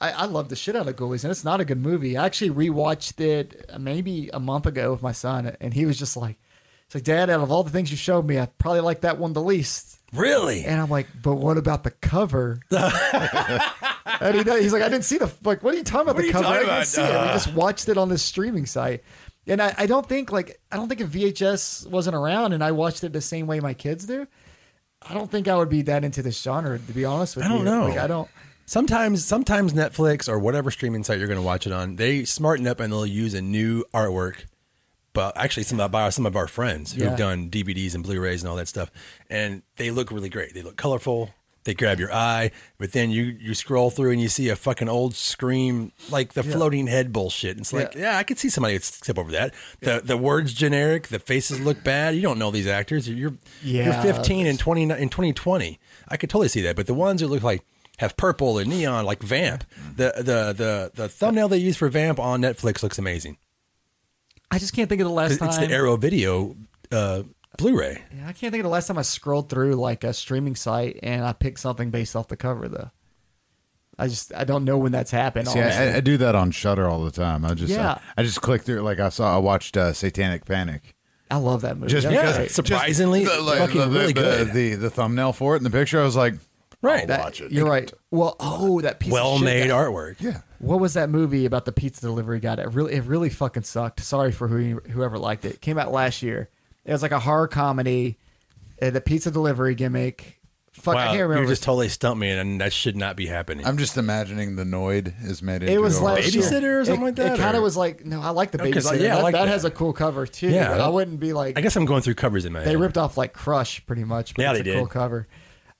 [SPEAKER 4] I, I love the shit out of Ghoulies, and it's not a good movie. I actually rewatched it uh, maybe a month ago with my son, and he was just like, "It's like Dad, out of all the things you showed me, I probably like that one the least."
[SPEAKER 3] Really?
[SPEAKER 4] And I'm like, but what about the cover? and he, he's like, I didn't see the like. What are you talking about?
[SPEAKER 3] What are
[SPEAKER 4] the
[SPEAKER 3] you
[SPEAKER 4] cover? I
[SPEAKER 3] talking
[SPEAKER 4] didn't
[SPEAKER 3] about? Uh-huh.
[SPEAKER 4] see it. We just watched it on this streaming site, and I, I don't think like I don't think if VHS wasn't around and I watched it the same way my kids do, I don't think I would be that into this genre. To be honest with
[SPEAKER 3] I
[SPEAKER 4] you,
[SPEAKER 3] don't know.
[SPEAKER 4] Like, I don't.
[SPEAKER 3] Sometimes, sometimes Netflix or whatever streaming site you're going to watch it on, they smarten up and they'll use a new artwork. But actually, some of our some of our friends who've
[SPEAKER 4] Yeah.
[SPEAKER 3] done DVDs and Blu-rays and all that stuff, and they look really great. They look colorful. They grab your eye, but then you you scroll through and you see a fucking old scream like the floating head bullshit. It's like, yeah,
[SPEAKER 4] Yeah.
[SPEAKER 3] I could see somebody would step over that. The the words generic, the faces look bad. You don't know these actors. You're
[SPEAKER 4] Yeah.
[SPEAKER 3] you're 15 in 20 in 2020. I could totally see that. But the ones that look like have purple and neon, like Vamp, the the the the thumbnail they use for Vamp on Netflix looks amazing.
[SPEAKER 4] I just can't think of the
[SPEAKER 3] 'Cause
[SPEAKER 4] last time.
[SPEAKER 3] It's the Arrow Video uh, Blu-ray.
[SPEAKER 4] Yeah, I can't think of the last time I scrolled through like a streaming site and I picked something based off the cover though. I just I don't know when that's happened.
[SPEAKER 2] See,
[SPEAKER 4] honestly.
[SPEAKER 2] I, I do that on Shutter all the time. I just, uh,
[SPEAKER 4] Yeah.
[SPEAKER 2] I, just click through. Like I saw, I watched uh, Satanic Panic.
[SPEAKER 4] I love that movie.
[SPEAKER 2] Just
[SPEAKER 4] That's
[SPEAKER 2] because,
[SPEAKER 3] Yeah,
[SPEAKER 4] great.
[SPEAKER 2] just
[SPEAKER 3] surprisingly, fucking
[SPEAKER 2] the,
[SPEAKER 3] really
[SPEAKER 2] the-
[SPEAKER 3] good.
[SPEAKER 2] The, the thumbnail for it in the picture, I was like,
[SPEAKER 3] Right.
[SPEAKER 2] I'll
[SPEAKER 4] That-
[SPEAKER 2] watch it.
[SPEAKER 4] Uh, You're right. Well, oh, that piece of shit
[SPEAKER 3] Well-made
[SPEAKER 4] that-
[SPEAKER 3] artwork.
[SPEAKER 2] Yeah,
[SPEAKER 4] What was that movie about the pizza delivery guy? That really, it really fucking sucked. Sorry for who, whoever liked it. Came out last year. It was like a horror comedy, uh, the pizza delivery gimmick. Fuck, I
[SPEAKER 3] Wow,
[SPEAKER 4] can't
[SPEAKER 3] you
[SPEAKER 4] remember.
[SPEAKER 3] just totally stumped me, and that should not be happening.
[SPEAKER 2] I'm just imagining the Noid is made into
[SPEAKER 4] it was
[SPEAKER 2] a
[SPEAKER 4] like
[SPEAKER 3] Babysitter or something
[SPEAKER 4] it,
[SPEAKER 3] like that,
[SPEAKER 4] It kind
[SPEAKER 3] or-
[SPEAKER 4] of was like, no, I like the
[SPEAKER 3] No, 'cause,
[SPEAKER 4] babysitter.
[SPEAKER 3] like, yeah, I
[SPEAKER 4] that,
[SPEAKER 3] like
[SPEAKER 4] that
[SPEAKER 3] that.
[SPEAKER 4] has a cool cover too.
[SPEAKER 3] Yeah,
[SPEAKER 4] but
[SPEAKER 3] that-
[SPEAKER 4] I wouldn't be like.
[SPEAKER 3] I guess I'm going through covers in my.
[SPEAKER 4] They
[SPEAKER 3] head.
[SPEAKER 4] ripped off like Crush pretty much. But
[SPEAKER 3] Yeah,
[SPEAKER 4] it's
[SPEAKER 3] they
[SPEAKER 4] a
[SPEAKER 3] did.
[SPEAKER 4] Cool cover.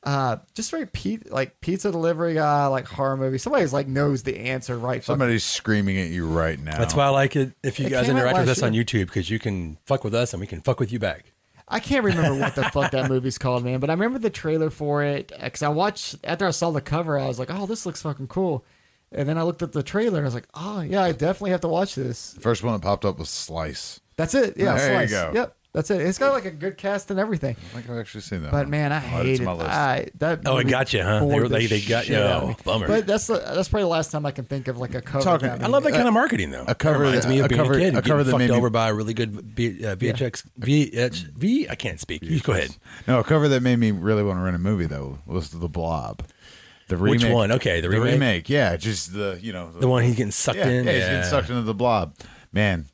[SPEAKER 4] Uh, just very pe- like pizza delivery guy, like horror movie. Somebody's like knows the answer right. fucking
[SPEAKER 2] Somebody's screaming at you right now.
[SPEAKER 3] That's why I like it if you
[SPEAKER 4] It
[SPEAKER 3] guys
[SPEAKER 4] came out
[SPEAKER 3] interact with
[SPEAKER 4] last
[SPEAKER 3] us on YouTube because you can fuck with us and we can fuck with you back.
[SPEAKER 4] I can't remember what the fuck that movie's called, man. But I remember the trailer for it because I watched after I saw the cover, I was like, "Oh, this looks fucking cool," and then I looked at the trailer, and I was like, "Oh yeah, I definitely have to watch this."
[SPEAKER 2] The first one that popped up was Slice.
[SPEAKER 4] That's it. Yeah,
[SPEAKER 2] There you
[SPEAKER 4] Slice.
[SPEAKER 2] go.
[SPEAKER 4] Yep, that's it. It's got like a good cast and everything.
[SPEAKER 2] I think I've actually seen that.
[SPEAKER 4] But
[SPEAKER 2] one.
[SPEAKER 4] man, I
[SPEAKER 2] Oh, it's
[SPEAKER 4] hate it.
[SPEAKER 2] my list.
[SPEAKER 4] I, that
[SPEAKER 3] Oh, it
[SPEAKER 4] movie
[SPEAKER 3] got you, huh? They
[SPEAKER 4] bored
[SPEAKER 3] were-
[SPEAKER 4] the
[SPEAKER 3] they- they got you.
[SPEAKER 4] shit out of
[SPEAKER 3] Oh,
[SPEAKER 4] me.
[SPEAKER 3] bummer.
[SPEAKER 4] But that's the, that's probably the last time I can think of like a cover.
[SPEAKER 2] Talking-
[SPEAKER 4] that
[SPEAKER 3] I love that kind of marketing, though.
[SPEAKER 2] uh, a cover-
[SPEAKER 3] It reminds me of
[SPEAKER 2] a
[SPEAKER 3] being a
[SPEAKER 2] cover-
[SPEAKER 3] kid, and
[SPEAKER 2] a cover
[SPEAKER 3] getting
[SPEAKER 2] that
[SPEAKER 3] fucked
[SPEAKER 2] made me-
[SPEAKER 3] over by a really good B, uh, VHX VH, V. I can't speak. You go ahead.
[SPEAKER 2] No, a cover that made me really want to rent a movie though was The Blob. The
[SPEAKER 3] Which
[SPEAKER 2] remake.
[SPEAKER 3] one? Okay, the remake?
[SPEAKER 2] Yeah, just the you know
[SPEAKER 3] The one he's getting sucked
[SPEAKER 2] Yeah,
[SPEAKER 3] in.
[SPEAKER 2] yeah, he's getting sucked into the blob. Man,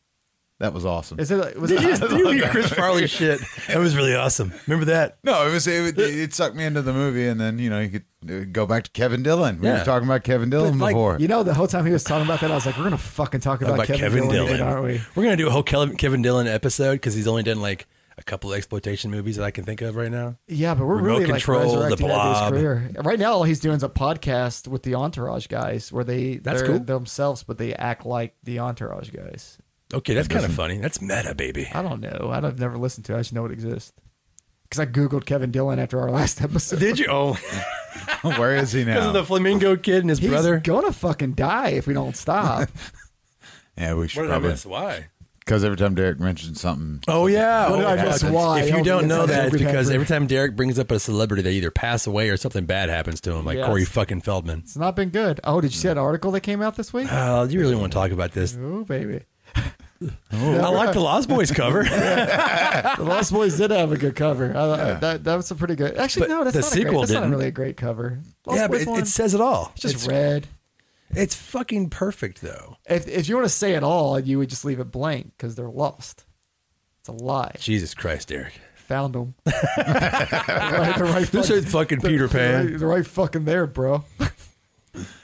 [SPEAKER 2] that was awesome.
[SPEAKER 4] Is it? Was
[SPEAKER 3] Did you,
[SPEAKER 4] it?
[SPEAKER 3] did you hear Chris Farley shit? That was really awesome. Remember that?
[SPEAKER 2] no, it was it, it, it sucked me into the movie, and then you know you could uh, go back to Kevin Dillon. We
[SPEAKER 3] Yeah.
[SPEAKER 2] were talking about Kevin Dillon
[SPEAKER 3] But, like,
[SPEAKER 2] before.
[SPEAKER 4] You know, the whole time he was talking about that, I was like, "We're gonna fucking talk about,
[SPEAKER 3] About
[SPEAKER 4] Kevin, Dillon, again, aren't we?"
[SPEAKER 3] We're gonna do a whole Kevin, Kevin Dillon episode because he's only done like a couple of exploitation movies that I can think of right now.
[SPEAKER 4] Yeah, but we're
[SPEAKER 3] Remote
[SPEAKER 4] really
[SPEAKER 3] control, the
[SPEAKER 4] like resurrecting that dude's
[SPEAKER 3] blob.
[SPEAKER 4] career. Right now, all he's doing is a podcast with the Entourage guys, where they
[SPEAKER 3] That's
[SPEAKER 4] they're
[SPEAKER 3] cool.
[SPEAKER 4] themselves, but they act like the Entourage guys.
[SPEAKER 3] Okay, that's kind of funny. That's meta, baby.
[SPEAKER 4] I don't know. I'd- I've never listened to. it. I just know it exists because I googled Kevin Dillon after our last episode.
[SPEAKER 3] Did you? Oh,
[SPEAKER 2] Where is he
[SPEAKER 3] because
[SPEAKER 2] now?
[SPEAKER 3] of the flamingo kid and his
[SPEAKER 4] He's
[SPEAKER 3] brother.
[SPEAKER 4] gonna fucking die if we don't stop.
[SPEAKER 2] yeah, we should
[SPEAKER 3] What did I
[SPEAKER 2] probably
[SPEAKER 3] miss? Why?
[SPEAKER 2] because every time Derek mentions something,
[SPEAKER 3] Oh yeah.
[SPEAKER 4] What did
[SPEAKER 3] Oh,
[SPEAKER 4] I
[SPEAKER 3] yeah.
[SPEAKER 4] miss? Why?
[SPEAKER 3] If you
[SPEAKER 4] Oh,
[SPEAKER 3] don't
[SPEAKER 4] yes,
[SPEAKER 3] know
[SPEAKER 4] I
[SPEAKER 3] that, it's
[SPEAKER 4] think we had
[SPEAKER 3] because
[SPEAKER 4] three.
[SPEAKER 3] every time Derek brings up a celebrity, they either pass away or something bad happens to him, like
[SPEAKER 4] Yes.
[SPEAKER 3] Corey fucking Feldman.
[SPEAKER 4] it's not been good. Oh, did you see that article that came out this week?
[SPEAKER 3] Uh, you really want to talk about this?
[SPEAKER 4] Oh baby, Oh,
[SPEAKER 3] I like the Lost Boys cover.
[SPEAKER 4] the Lost Boys did have a good cover. I, I- that that was a pretty good.
[SPEAKER 3] But
[SPEAKER 4] Actually, no, that's
[SPEAKER 3] the
[SPEAKER 4] not a
[SPEAKER 3] sequel
[SPEAKER 4] great, that's not
[SPEAKER 3] didn't.
[SPEAKER 4] really a great cover. Lost
[SPEAKER 3] yeah, but
[SPEAKER 4] Boys
[SPEAKER 3] it,
[SPEAKER 4] one,
[SPEAKER 3] it says it all.
[SPEAKER 4] just
[SPEAKER 3] it's,
[SPEAKER 4] red.
[SPEAKER 3] it's fucking perfect though.
[SPEAKER 4] If if you want to say it all, you would just leave it blank because they're lost. It's a lie.
[SPEAKER 3] Jesus Christ, Derek.
[SPEAKER 4] Found them. right, the right
[SPEAKER 3] This
[SPEAKER 4] fucking-
[SPEAKER 3] is fucking Peter
[SPEAKER 4] the- The
[SPEAKER 3] Pan.
[SPEAKER 4] right, the right fucking there, bro.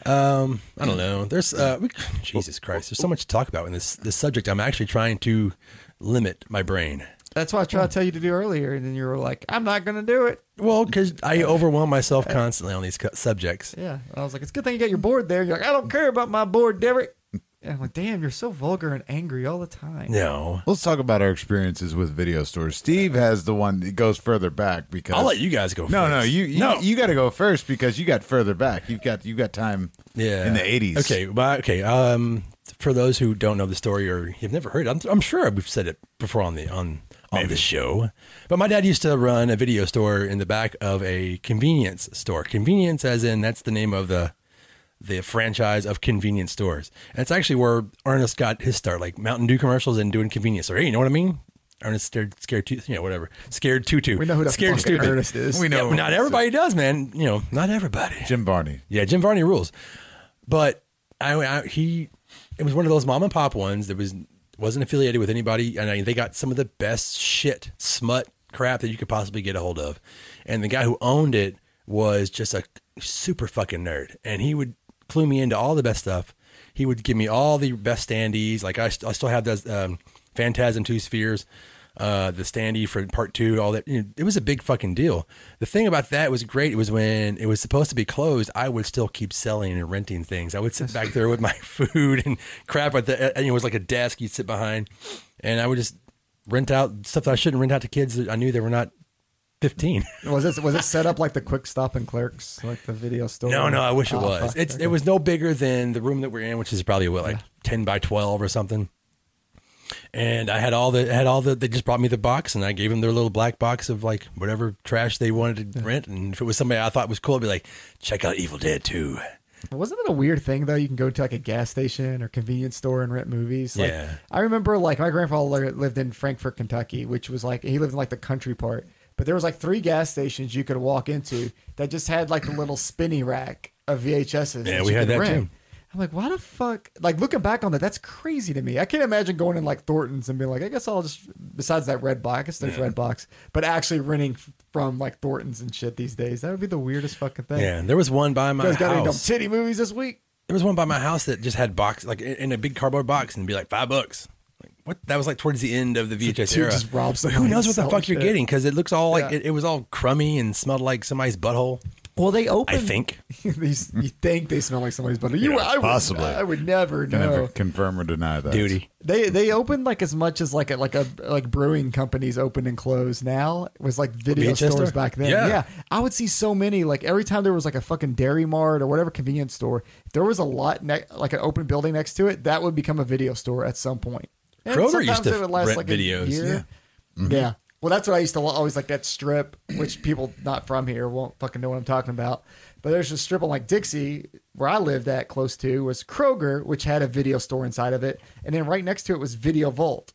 [SPEAKER 3] Um, I don't know. There's uh, we, Jesus Christ. There's so much to talk about in this this subject. I'm actually trying to limit my brain.
[SPEAKER 4] That's what I tried to tell you to do earlier, and then you were like, "I'm not gonna do it."
[SPEAKER 3] Well, because I overwhelm myself constantly on these cu- subjects.
[SPEAKER 4] Yeah, and I was like, "It's a good thing you got your board there." You're like, "I don't care about my board, Derek." And I'm like, "Damn, you're so vulgar and angry all the time."
[SPEAKER 3] No,
[SPEAKER 2] let's talk about our experiences with video stores. Steve has the one that goes further back because
[SPEAKER 3] I'll let you guys go.
[SPEAKER 2] No,
[SPEAKER 3] first.
[SPEAKER 2] no, you you, you got to go first because you got further back. You've got you got time.
[SPEAKER 3] yeah,
[SPEAKER 2] in the eighties.
[SPEAKER 3] Okay, well, okay. Um, for those who don't know the story or have never heard, I'm, I'm sure we've said it before on the on on the show. But my dad used to run a video store in the back of a convenience store. Convenience, as in that's the name of the the franchise of convenience stores. And it's actually where Ernest got his start, like Mountain Dew commercials and doing convenience store. Hey, you know what I mean? Ernest scared, scared, tu- you know, whatever, scared tutu.
[SPEAKER 4] We know who the
[SPEAKER 3] scared
[SPEAKER 4] fuck
[SPEAKER 3] stupid.
[SPEAKER 4] Ernest is.
[SPEAKER 2] We
[SPEAKER 3] Yeah,
[SPEAKER 2] know
[SPEAKER 3] but not everybody does, man. You know, not everybody.
[SPEAKER 2] Jim Varney.
[SPEAKER 3] Yeah, Jim Varney rules. But I, I he it was one of those mom and pop ones that was wasn't affiliated with anybody, and I, they got some of the best shit smut crap that you could possibly get a hold of. And the guy who owned it was just a super fucking nerd, and he would clue me into all the best stuff. He would give me all the best standees. Like I, st- I still have those um, Phantasm Two Spheres, uh, the standee for part two, all that. You know, it was a big fucking deal. The thing about that was great. It was when it was supposed to be closed. I would still keep selling and renting things. I would sit back there with my food and crap at the. And it was like a desk you'd sit behind, and I would just rent out stuff that I shouldn't rent out to kids that I knew they were not fifteen.
[SPEAKER 4] Was it was it set up like the Quick Stop and Clerks, like the video store?
[SPEAKER 3] No, no, I wish it
[SPEAKER 4] Oh,
[SPEAKER 3] was.
[SPEAKER 4] fuck,
[SPEAKER 3] It's,
[SPEAKER 4] okay.
[SPEAKER 3] It was no bigger than the room that we're in, which is probably what like ten by twelve or something. And I had all the had all the. They just brought me the box, and I gave them their little black box of like whatever trash they wanted to rent. And if it was somebody I thought was cool, I'd be like, check out Evil Dead Two.
[SPEAKER 4] Wasn't it a weird thing though? You can go to like a gas station or convenience store and rent movies. Like,
[SPEAKER 3] Yeah.
[SPEAKER 4] I remember like my grandfather lived in Frankfort, Kentucky, which was like he lived in like the country part. But there was like three gas stations you could walk into that just had like the little spinny rack of VHSs.
[SPEAKER 3] Yeah,
[SPEAKER 4] that
[SPEAKER 3] we
[SPEAKER 4] you
[SPEAKER 3] had
[SPEAKER 4] could
[SPEAKER 3] that,
[SPEAKER 4] rent.
[SPEAKER 3] too.
[SPEAKER 4] I'm like, why the fuck? Like looking back on that, that's crazy to me. I can't imagine going in like Thornton's and being like, I guess I'll just besides that red box, I guess there's red box, but actually renting f- from like Thornton's and shit these days. That would be the weirdest fucking thing.
[SPEAKER 3] Yeah, and there was one by my
[SPEAKER 4] You guys got any dumb
[SPEAKER 3] house.
[SPEAKER 4] titty movies this week?
[SPEAKER 3] There was one by my house that just had box like in in a big cardboard box and be like five bucks. Like what? That was like towards the end of the VHS
[SPEAKER 4] dude
[SPEAKER 3] era.
[SPEAKER 4] just robs
[SPEAKER 3] But who
[SPEAKER 4] somebody
[SPEAKER 3] knows what
[SPEAKER 4] and
[SPEAKER 3] the fuck
[SPEAKER 4] sells
[SPEAKER 3] you're
[SPEAKER 4] shit.
[SPEAKER 3] getting? Because it looks all like
[SPEAKER 4] Yeah.
[SPEAKER 3] it, it was all crummy and smelled like somebody's butthole.
[SPEAKER 4] Well, they open.
[SPEAKER 3] I think.
[SPEAKER 4] these. You think they smell like somebody's butter? You,
[SPEAKER 3] Yeah,
[SPEAKER 4] I would,
[SPEAKER 2] possibly.
[SPEAKER 4] I would never
[SPEAKER 2] Can
[SPEAKER 4] know.
[SPEAKER 2] never confirm or deny that.
[SPEAKER 3] Duty.
[SPEAKER 4] They they opened like as much as like a, like a like brewing companies open and close now It was like video
[SPEAKER 3] VHS
[SPEAKER 4] stores
[SPEAKER 3] store?
[SPEAKER 4] back then.
[SPEAKER 3] Yeah.
[SPEAKER 4] I would see so many like every time there was like a fucking Dairy Mart or whatever convenience store, if there was a lot ne- like an open building next to it that would become a video store at some point. And
[SPEAKER 3] Kroger
[SPEAKER 4] sometimes
[SPEAKER 3] used to
[SPEAKER 4] it would last
[SPEAKER 3] rent
[SPEAKER 4] like
[SPEAKER 3] videos,
[SPEAKER 4] A year.
[SPEAKER 3] Mm-hmm.
[SPEAKER 4] Yeah. Well, that's what I used to lo- always like that strip, which people not from here won't fucking know what I'm talking about. But there's a strip on like Dixie where I lived at close to was Kroger, which had a video store inside of it, and then right next to it was Video Vault.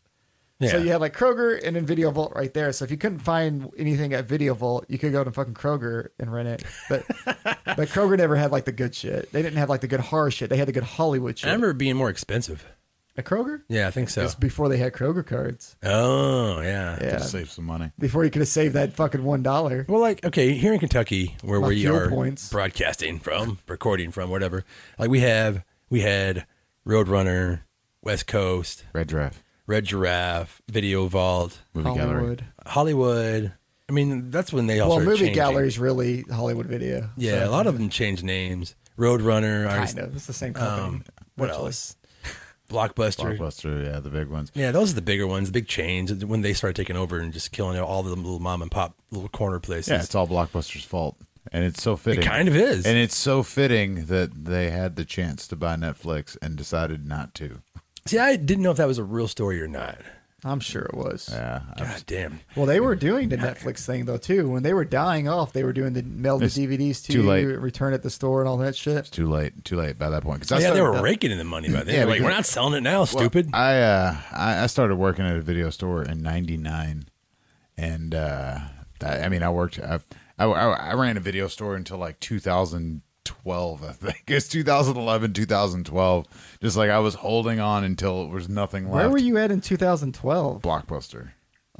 [SPEAKER 3] Yeah.
[SPEAKER 4] So you had like Kroger and then Video Vault right there. So if you couldn't find anything at Video Vault, you could go to fucking Kroger and rent it. But but Kroger never had like the good shit. They didn't have like the good horror shit. They had the good Hollywood shit.
[SPEAKER 3] I remember it being more expensive.
[SPEAKER 4] at Kroger?
[SPEAKER 3] Yeah, I think so.
[SPEAKER 4] It's before they had Kroger cards.
[SPEAKER 3] Oh, yeah.
[SPEAKER 4] Yeah.
[SPEAKER 2] Save some money.
[SPEAKER 4] Before you could have saved that fucking one dollar.
[SPEAKER 3] Well, like, okay, here in Kentucky, where
[SPEAKER 4] My
[SPEAKER 3] we
[SPEAKER 4] fuel
[SPEAKER 3] are
[SPEAKER 4] points.
[SPEAKER 3] broadcasting from, recording from, whatever, like we have, we had Roadrunner, West Coast,
[SPEAKER 2] Red draft.
[SPEAKER 3] Red Giraffe, Video Vault,
[SPEAKER 2] Movie gallery.
[SPEAKER 4] Hollywood.
[SPEAKER 3] Hollywood. I mean, that's when they all
[SPEAKER 4] Well,
[SPEAKER 3] started
[SPEAKER 4] movie
[SPEAKER 3] changing.
[SPEAKER 4] galleries really Hollywood Video.
[SPEAKER 3] Yeah,
[SPEAKER 4] So,
[SPEAKER 3] a lot of them changed names. Roadrunner, I was-
[SPEAKER 4] kind of. It's the same company.
[SPEAKER 3] um, what
[SPEAKER 4] Virtually.
[SPEAKER 3] else? Blockbuster.
[SPEAKER 2] Blockbuster, yeah, the big ones.
[SPEAKER 3] Yeah, those are the bigger ones, the big chains. When they started taking over and just killing all the little mom and pop little corner places.
[SPEAKER 2] Yeah, it's all Blockbuster's fault, and it's so fitting.
[SPEAKER 3] it kind of is.
[SPEAKER 2] and it's so fitting that they had the chance to buy Netflix and decided not to.
[SPEAKER 3] See, I didn't know if that was a real story or not.
[SPEAKER 4] I'm sure it was.
[SPEAKER 2] Yeah,
[SPEAKER 3] God damn.
[SPEAKER 4] Well, they were doing the Netflix thing though too. When they were dying off, they were doing the mail the
[SPEAKER 2] It's
[SPEAKER 4] DVDs to
[SPEAKER 2] too late.
[SPEAKER 4] you, return at the store, and all that shit.
[SPEAKER 2] too late, too late by that point. 'Cause I
[SPEAKER 3] Oh, yeah, they
[SPEAKER 2] started-
[SPEAKER 3] were raking in the money by then.
[SPEAKER 2] Yeah,
[SPEAKER 3] They're like,
[SPEAKER 2] because-
[SPEAKER 3] we're not selling it now, stupid.
[SPEAKER 2] I uh, I I started working at a video store in '99, and uh, I, I mean, I worked. I, I I ran a video store until like 2012. I think it's 2011, 2012. Just like I was holding on until it was nothing left.
[SPEAKER 4] Where were you at in 2012?
[SPEAKER 2] Blockbuster.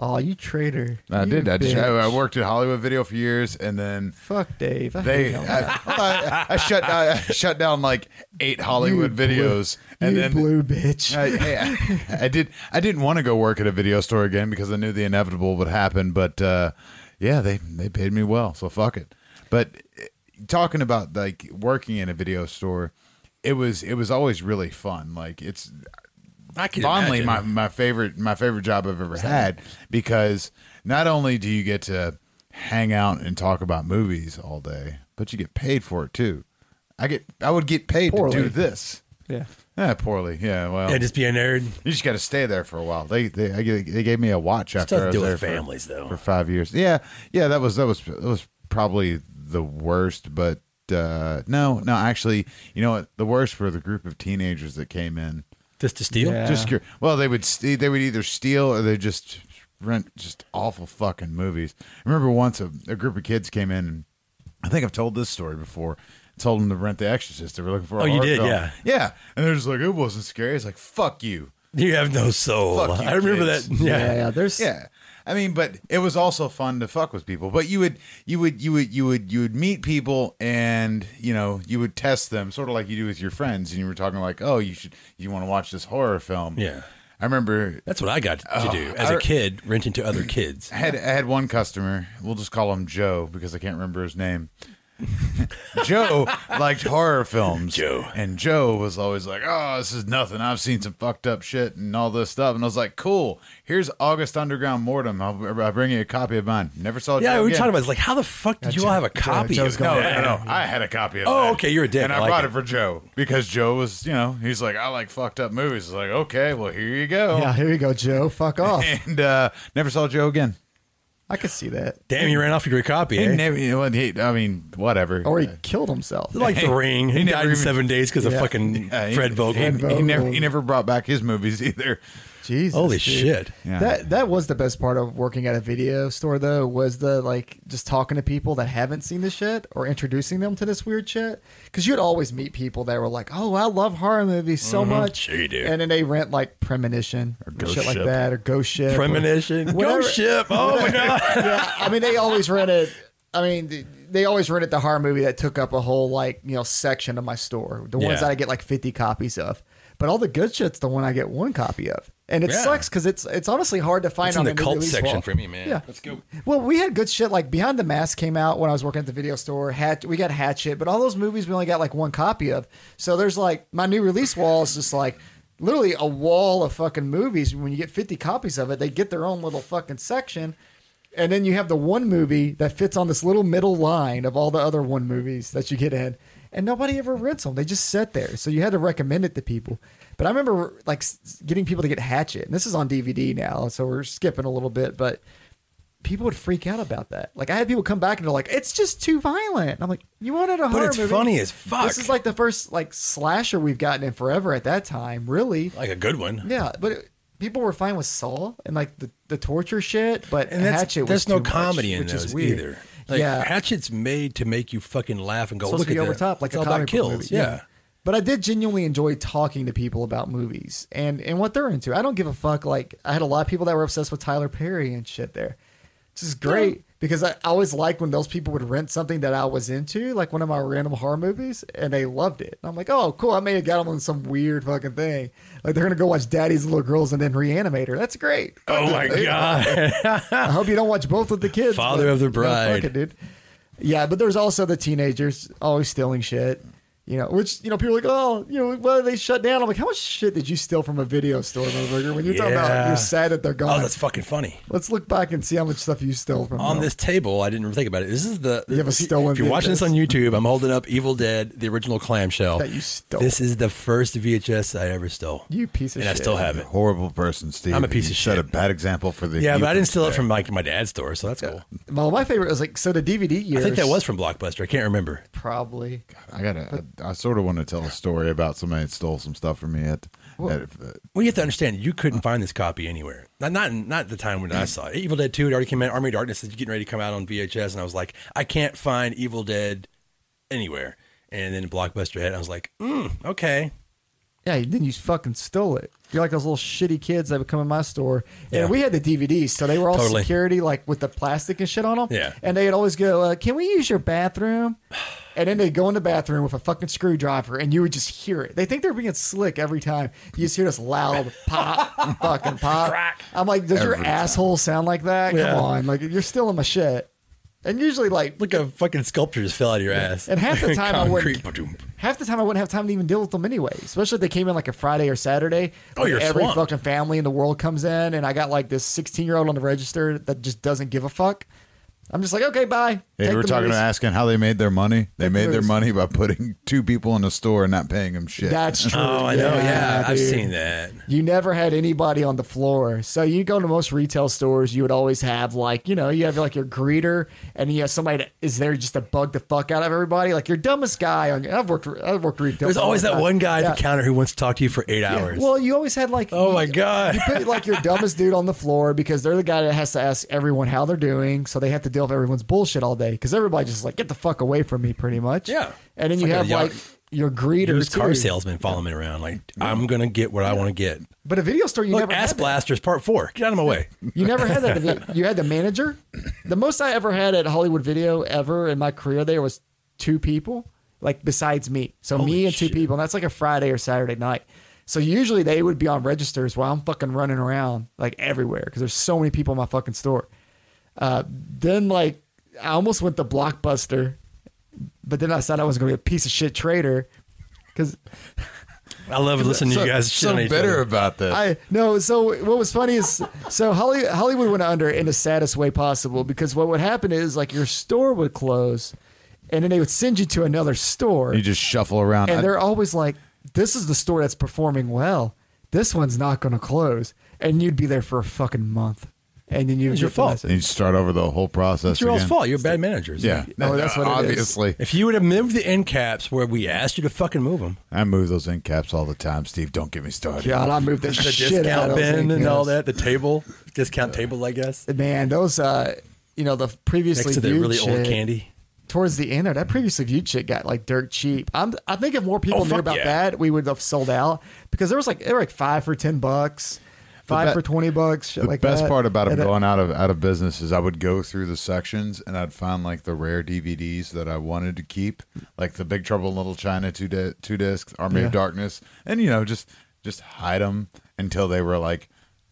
[SPEAKER 4] Oh, you traitor!
[SPEAKER 2] I
[SPEAKER 4] You
[SPEAKER 2] did. I, just, I,
[SPEAKER 4] bitch.
[SPEAKER 2] I worked at Hollywood Video for years, and then
[SPEAKER 4] Fuck Dave. I hate
[SPEAKER 2] they
[SPEAKER 4] him.
[SPEAKER 2] I, I, I shut I shut down like eight Hollywood
[SPEAKER 4] blew-
[SPEAKER 2] videos, and
[SPEAKER 4] you
[SPEAKER 2] then
[SPEAKER 4] blue bitch.
[SPEAKER 2] I, hey, Uh, I, I did. I didn't want to go work at a video store again because I knew the inevitable would happen. But uh, yeah, they they paid me well, so fuck it. But eh, talking about like working in a video store, it was it was always really fun. Like it's
[SPEAKER 3] I can
[SPEAKER 2] fondly
[SPEAKER 3] imagine.
[SPEAKER 2] my, my favorite my favorite job I've ever had because not only do you get to hang out and talk about movies all day, but you get paid for it too. I get I would get paid to
[SPEAKER 4] Poorly.
[SPEAKER 2] do this.
[SPEAKER 4] yeah.
[SPEAKER 2] Yeah, poorly. Yeah, well,
[SPEAKER 3] Yeah, just be a nerd.
[SPEAKER 2] you just got to stay there for a while. They they I g- they gave me a watch after
[SPEAKER 3] tough
[SPEAKER 2] I
[SPEAKER 3] to
[SPEAKER 2] was
[SPEAKER 3] deal
[SPEAKER 2] there
[SPEAKER 3] with
[SPEAKER 2] for-
[SPEAKER 3] families, though.
[SPEAKER 2] for five years. Yeah, yeah. That was that was that was probably the worst. But uh, no, no. Actually, you know what? The worst were the group of teenagers that came in.
[SPEAKER 3] Just to steal.
[SPEAKER 4] Yeah.
[SPEAKER 2] Just cur- well, they would st- they would either steal or they just rent just awful fucking movies. I remember once a, a group of kids came in, and I think I've told this story before. Told them to rent The Exorcist. They were looking for. a
[SPEAKER 3] Oh, you
[SPEAKER 2] horror
[SPEAKER 3] did,
[SPEAKER 2] film.
[SPEAKER 3] yeah.
[SPEAKER 2] yeah. And they're just like, it wasn't scary. It's like, fuck you.
[SPEAKER 3] You have no soul.
[SPEAKER 2] Fuck you,
[SPEAKER 3] I remember
[SPEAKER 2] kids.
[SPEAKER 3] that.
[SPEAKER 4] Yeah, yeah.
[SPEAKER 3] Yeah.
[SPEAKER 4] There's
[SPEAKER 2] Yeah. I mean, but it was also fun to fuck with people. But you would, you would, you would, you would, you would meet people, and you know, you would test them, sort of like you do with your friends. And you were talking like, "Oh, you should, you want to watch this horror film?"
[SPEAKER 3] Yeah.
[SPEAKER 2] I remember
[SPEAKER 3] That's what I got to do as
[SPEAKER 2] I-
[SPEAKER 3] a kid, renting to other kids.
[SPEAKER 2] I had I had one customer. We'll just call him Joe because I can't remember his name. Joe liked horror films.
[SPEAKER 3] Joe.
[SPEAKER 2] And Joe was always like, Oh, this is nothing. I've seen some fucked up shit and all this stuff. And I was like, Cool. Here's August Underground Mortem. I'll, I'll bring you a copy of mine. Never saw
[SPEAKER 3] Yeah,
[SPEAKER 2] Joe
[SPEAKER 3] we were
[SPEAKER 2] again.
[SPEAKER 3] talking about it's like how the fuck did you all have a copy
[SPEAKER 4] Uh, Joe's
[SPEAKER 3] of
[SPEAKER 4] gone.
[SPEAKER 2] No,
[SPEAKER 3] that?
[SPEAKER 2] no, no, no. I had a copy of
[SPEAKER 3] Oh,
[SPEAKER 2] that.
[SPEAKER 3] okay, you're a dick.
[SPEAKER 2] And I,
[SPEAKER 3] I like
[SPEAKER 2] brought it.
[SPEAKER 3] it.
[SPEAKER 2] for Joe because Joe was, you know, he's like, I like fucked up movies. It's like, okay, well, here you go.
[SPEAKER 4] yeah. Here you go, Joe. Fuck off.
[SPEAKER 2] And uh, never saw Joe again.
[SPEAKER 4] I could see that.
[SPEAKER 3] Damn, you ran off with your copy.
[SPEAKER 2] He
[SPEAKER 3] eh?
[SPEAKER 2] never, you know, he, I mean, whatever. Uh,
[SPEAKER 4] Or he killed himself.
[SPEAKER 3] like the ring. He,
[SPEAKER 2] never
[SPEAKER 3] died in
[SPEAKER 2] even-
[SPEAKER 3] seven days because
[SPEAKER 4] Yeah.
[SPEAKER 3] of fucking
[SPEAKER 2] Yeah, he-
[SPEAKER 3] Fred Vogel.
[SPEAKER 2] He, he
[SPEAKER 4] Vogel.
[SPEAKER 2] never he never brought back his movies either.
[SPEAKER 4] Jesus.
[SPEAKER 3] Holy
[SPEAKER 4] dude.
[SPEAKER 3] shit.
[SPEAKER 2] Yeah.
[SPEAKER 4] That that was the best part of working at a video store though was the like just talking to people that haven't seen this shit or introducing them to this weird shit because you'd always meet people that were like oh I love horror movies so much
[SPEAKER 3] Sure you do.
[SPEAKER 4] and then they rent like premonition or
[SPEAKER 2] Ghost
[SPEAKER 4] shit like
[SPEAKER 2] Ship.
[SPEAKER 4] that or ghost ship or-
[SPEAKER 3] Premonition.
[SPEAKER 4] Whatever.
[SPEAKER 3] Ghost ship. Oh my god.
[SPEAKER 4] yeah, I mean, they always rented. I mean, th- they always rented the horror movie that took up a whole like you know section of my store. The ones
[SPEAKER 3] Yeah.
[SPEAKER 4] that I get like fifty copies of, but all the good shit's the one I get one copy of, and it
[SPEAKER 3] Yeah.
[SPEAKER 4] sucks because it's it's honestly hard to find
[SPEAKER 3] It's in
[SPEAKER 4] on
[SPEAKER 3] the
[SPEAKER 4] new
[SPEAKER 3] cult
[SPEAKER 4] release
[SPEAKER 3] section
[SPEAKER 4] wall.
[SPEAKER 3] for me, man.
[SPEAKER 4] Yeah,
[SPEAKER 3] Let's go.
[SPEAKER 4] Well, we had good shit like Behind the Mask came out when I was working at the video store. Hatch, we got Hatchet, but all those movies we only got like one copy of. So there's like my new release wall is just like. Literally a wall of fucking movies. When you get fifty copies of it, they get their own little fucking section, and then you have the one movie that fits on this little middle line of all the other one movies that you get in, and nobody ever rents them. They just sit there. So you had to recommend it to people. But I remember like s- getting people to get Hatchet, and this is on DVD now, so we're skipping a little bit, but people would freak out about that. Like I had people come back and they're like, "It's just too violent." And I'm like, "You wanted a horror
[SPEAKER 3] it's
[SPEAKER 4] movie?
[SPEAKER 3] funny as fuck.
[SPEAKER 4] This is like the first like slasher we've gotten in forever at that time, really.
[SPEAKER 3] Like a good one.
[SPEAKER 4] Yeah, but it, people were fine with Saw and like the, the torture shit, but
[SPEAKER 3] And that's,
[SPEAKER 4] Hatchet was
[SPEAKER 3] there's no
[SPEAKER 4] too much,
[SPEAKER 3] comedy in
[SPEAKER 4] which is
[SPEAKER 3] those
[SPEAKER 4] weird.
[SPEAKER 3] either. Like,
[SPEAKER 4] Yeah.
[SPEAKER 3] Hatchet's made to make you fucking laugh and go,
[SPEAKER 4] supposed
[SPEAKER 3] look
[SPEAKER 4] to
[SPEAKER 3] at
[SPEAKER 4] be over
[SPEAKER 3] that.
[SPEAKER 4] top, like
[SPEAKER 3] it's
[SPEAKER 4] a
[SPEAKER 3] all
[SPEAKER 4] comic
[SPEAKER 3] about
[SPEAKER 4] book
[SPEAKER 3] kills.
[SPEAKER 4] movie.
[SPEAKER 3] Yeah.
[SPEAKER 4] But I did genuinely enjoy talking to people about movies and and what they're into. I don't give a fuck. Like I had a lot of people that were obsessed with Tyler Perry and shit there, which is great because I I always like when those people would rent something that I was into, like one of my random horror movies, and they loved it. And I'm like, oh, cool. I may have got them on some weird fucking thing. Like they're gonna go watch Daddy's Little Girls and then reanimate her. That's great.
[SPEAKER 3] Oh my god.
[SPEAKER 4] I hope you don't watch both with the kids.
[SPEAKER 3] Father of the
[SPEAKER 4] you know,
[SPEAKER 3] Bride.
[SPEAKER 4] fuck it, dude. Yeah, but there's also the teenagers always stealing shit. You know, which you know, people are like, oh, you know, well, they shut down. I'm like, how much shit did you steal from a video store, Burger? When you're talking about
[SPEAKER 3] Yeah.
[SPEAKER 4] you're sad that they're
[SPEAKER 3] oh,
[SPEAKER 4] gone.
[SPEAKER 3] that's fucking funny.
[SPEAKER 4] Let's look back and see how much stuff you stole from
[SPEAKER 3] on
[SPEAKER 4] them.
[SPEAKER 3] this table. I didn't think about it. This is the
[SPEAKER 4] You have a stolen
[SPEAKER 3] If you're watching this on YouTube, I'm holding up Evil Dead, the original clamshell
[SPEAKER 4] That you stole.
[SPEAKER 3] This is the first VHS I ever stole.
[SPEAKER 4] You piece of
[SPEAKER 3] and I
[SPEAKER 4] shit.
[SPEAKER 3] still have it.
[SPEAKER 2] Horrible person, Steve.
[SPEAKER 3] I'm a piece
[SPEAKER 2] You
[SPEAKER 3] of
[SPEAKER 2] set
[SPEAKER 3] shit.
[SPEAKER 2] a bad example for the.
[SPEAKER 3] Yeah,
[SPEAKER 2] youth
[SPEAKER 3] but I didn't
[SPEAKER 2] of
[SPEAKER 3] steal it
[SPEAKER 2] today.
[SPEAKER 3] from like my dad's store, so that's cool.
[SPEAKER 4] Well, my favorite was like so the DVD years.
[SPEAKER 3] I think that was from Blockbuster. I can't remember.
[SPEAKER 4] probably.
[SPEAKER 2] I gotta. I, I sort of want to tell a story about somebody that stole some stuff from me at. at uh,
[SPEAKER 3] Well, you have to understand, you couldn't find this copy anywhere. Not not not the time when I saw it. Evil Dead Two had already came out. Army of Darkness is getting ready to come out on VHS, and I was like, I can't find Evil Dead anywhere. And then Blockbuster had. it, and I was like, mm, okay,
[SPEAKER 4] Yeah, then you fucking stole it. You're like those little shitty kids that would come in my store.
[SPEAKER 3] Yeah.
[SPEAKER 4] And we had the DVDs, so they were all
[SPEAKER 3] Totally.
[SPEAKER 4] security, like with the plastic and shit on them.
[SPEAKER 3] Yeah.
[SPEAKER 4] And they'd always go, uh, Can we use your bathroom? And then they'd go in the bathroom with a fucking screwdriver, and you would just hear it. They think they're being slick every time. You just hear this loud pop, fucking pop.
[SPEAKER 3] Crack.
[SPEAKER 4] I'm like, Does your
[SPEAKER 2] Every time.
[SPEAKER 4] asshole sound like that?
[SPEAKER 3] Yeah.
[SPEAKER 4] Come on. Like, you're stealing my shit. And usually, like,
[SPEAKER 3] Look, a fucking sculpture just fell out of your ass.
[SPEAKER 4] And half the time I
[SPEAKER 3] Concrete,
[SPEAKER 4] wouldn't-
[SPEAKER 3] ba-doom.
[SPEAKER 4] half the time I wouldn't have time to even deal with them anyway. Especially if they came in like a Friday or Saturday.
[SPEAKER 3] Oh,
[SPEAKER 4] Like,
[SPEAKER 3] you're
[SPEAKER 4] every
[SPEAKER 3] swamped.
[SPEAKER 4] fucking family in the world comes in, and I got like this 16 year old on the register that just doesn't give a fuck. I'm just like, okay, bye.
[SPEAKER 2] They
[SPEAKER 4] Take
[SPEAKER 2] were
[SPEAKER 4] the
[SPEAKER 2] talking
[SPEAKER 4] movies.
[SPEAKER 2] about asking how they made their money. They
[SPEAKER 4] Take the
[SPEAKER 2] made their
[SPEAKER 4] movies.
[SPEAKER 2] money by putting two people in a store and not paying them shit.
[SPEAKER 4] That's true.
[SPEAKER 3] Oh, I know. Yeah, I've
[SPEAKER 4] dude.
[SPEAKER 3] seen that.
[SPEAKER 4] You never had anybody on the floor. So you go to most retail stores, you would always have like, you know, you have like your greeter and you have somebody that is there just to bug the fuck out of everybody. Like your dumbest guy on I've worked I've worked retail.
[SPEAKER 3] There's
[SPEAKER 4] for a
[SPEAKER 3] always
[SPEAKER 4] long
[SPEAKER 3] that
[SPEAKER 4] time.
[SPEAKER 3] one guy
[SPEAKER 4] Oh, uh, Yeah.
[SPEAKER 3] at the counter who wants to talk to you for eight hours.
[SPEAKER 4] Well, you always had like
[SPEAKER 3] oh my
[SPEAKER 4] you-
[SPEAKER 3] god.
[SPEAKER 4] You put like your dumbest dude on the floor because they're the guy that has to ask everyone how they're doing, so they have to deal with everyone's bullshit all day because everybody just like get the fuck away from me, pretty much.
[SPEAKER 3] Yeah.
[SPEAKER 4] and then you
[SPEAKER 3] It's like
[SPEAKER 4] have
[SPEAKER 3] a
[SPEAKER 4] like your greeter
[SPEAKER 3] Used car
[SPEAKER 4] too.
[SPEAKER 3] salesman following me around. Like I'm gonna get what I want to get.
[SPEAKER 4] But a video store, you
[SPEAKER 3] Look,
[SPEAKER 4] never
[SPEAKER 3] ass
[SPEAKER 4] had that.
[SPEAKER 3] blasters part four. Get out of my way.
[SPEAKER 4] You never had that. event. You had the manager. The most I ever had at Hollywood Video ever in my career there was two people, like besides me. So
[SPEAKER 3] Holy
[SPEAKER 4] me and two
[SPEAKER 3] shit.
[SPEAKER 4] people, and that's like a Friday or Saturday night. So usually they would be on registers while I'm fucking running around like everywhere because there's so many people in my fucking store. Uh, then like I almost went to Blockbuster, but then I decided I was going to be a piece of shit trader because
[SPEAKER 3] I love listening to
[SPEAKER 2] so,
[SPEAKER 3] you guys. shit
[SPEAKER 2] so
[SPEAKER 3] on each
[SPEAKER 2] bitter
[SPEAKER 3] other.
[SPEAKER 2] about this.
[SPEAKER 4] I no. So what was funny is so Holly, Hollywood went under in the saddest way possible because what would happen is like your store would close, and then they would send you to another store,
[SPEAKER 2] you just shuffle around.
[SPEAKER 4] and
[SPEAKER 2] I-
[SPEAKER 4] they're always like, "This is the store that's performing well. This one's not going to close," and you'd be there for a fucking month, and then you
[SPEAKER 3] It's your fault.
[SPEAKER 2] and you start over the whole process.
[SPEAKER 3] It's your all's
[SPEAKER 2] again.
[SPEAKER 3] fault. You're bad managers.
[SPEAKER 2] Yeah,
[SPEAKER 4] Oh, that's what it is.
[SPEAKER 2] obviously.
[SPEAKER 3] If you would have moved the end caps where we asked you to fucking move them,
[SPEAKER 2] I move those end caps all the time, Steve. Don't get me started.
[SPEAKER 4] God, I moved the,
[SPEAKER 3] the
[SPEAKER 4] shit out
[SPEAKER 3] discount
[SPEAKER 4] of those
[SPEAKER 3] bin and
[SPEAKER 4] things.
[SPEAKER 3] all that, the table, discount table, I guess,
[SPEAKER 4] Man, those uh, you know the previously
[SPEAKER 3] next to the
[SPEAKER 4] viewed
[SPEAKER 3] really old
[SPEAKER 4] shit-
[SPEAKER 3] candy.
[SPEAKER 4] towards the end, of that previously viewed shit got like dirt cheap. I'm, I think if more people
[SPEAKER 3] Oh,
[SPEAKER 4] knew
[SPEAKER 3] fuck
[SPEAKER 4] about
[SPEAKER 3] yeah.
[SPEAKER 4] that, we would have sold out because there was like they were like five for ten bucks, five
[SPEAKER 2] be-
[SPEAKER 4] for twenty bucks. Shit
[SPEAKER 2] The
[SPEAKER 4] like
[SPEAKER 2] best
[SPEAKER 4] that.
[SPEAKER 2] part about them
[SPEAKER 4] And, uh,
[SPEAKER 2] going out of out of business is I would go through the sections and I'd find like the rare DVDs that I wanted to keep, like the Big Trouble in Little China two di- two discs, Army
[SPEAKER 4] Yeah.
[SPEAKER 2] of Darkness, and you know just just hide them until they were like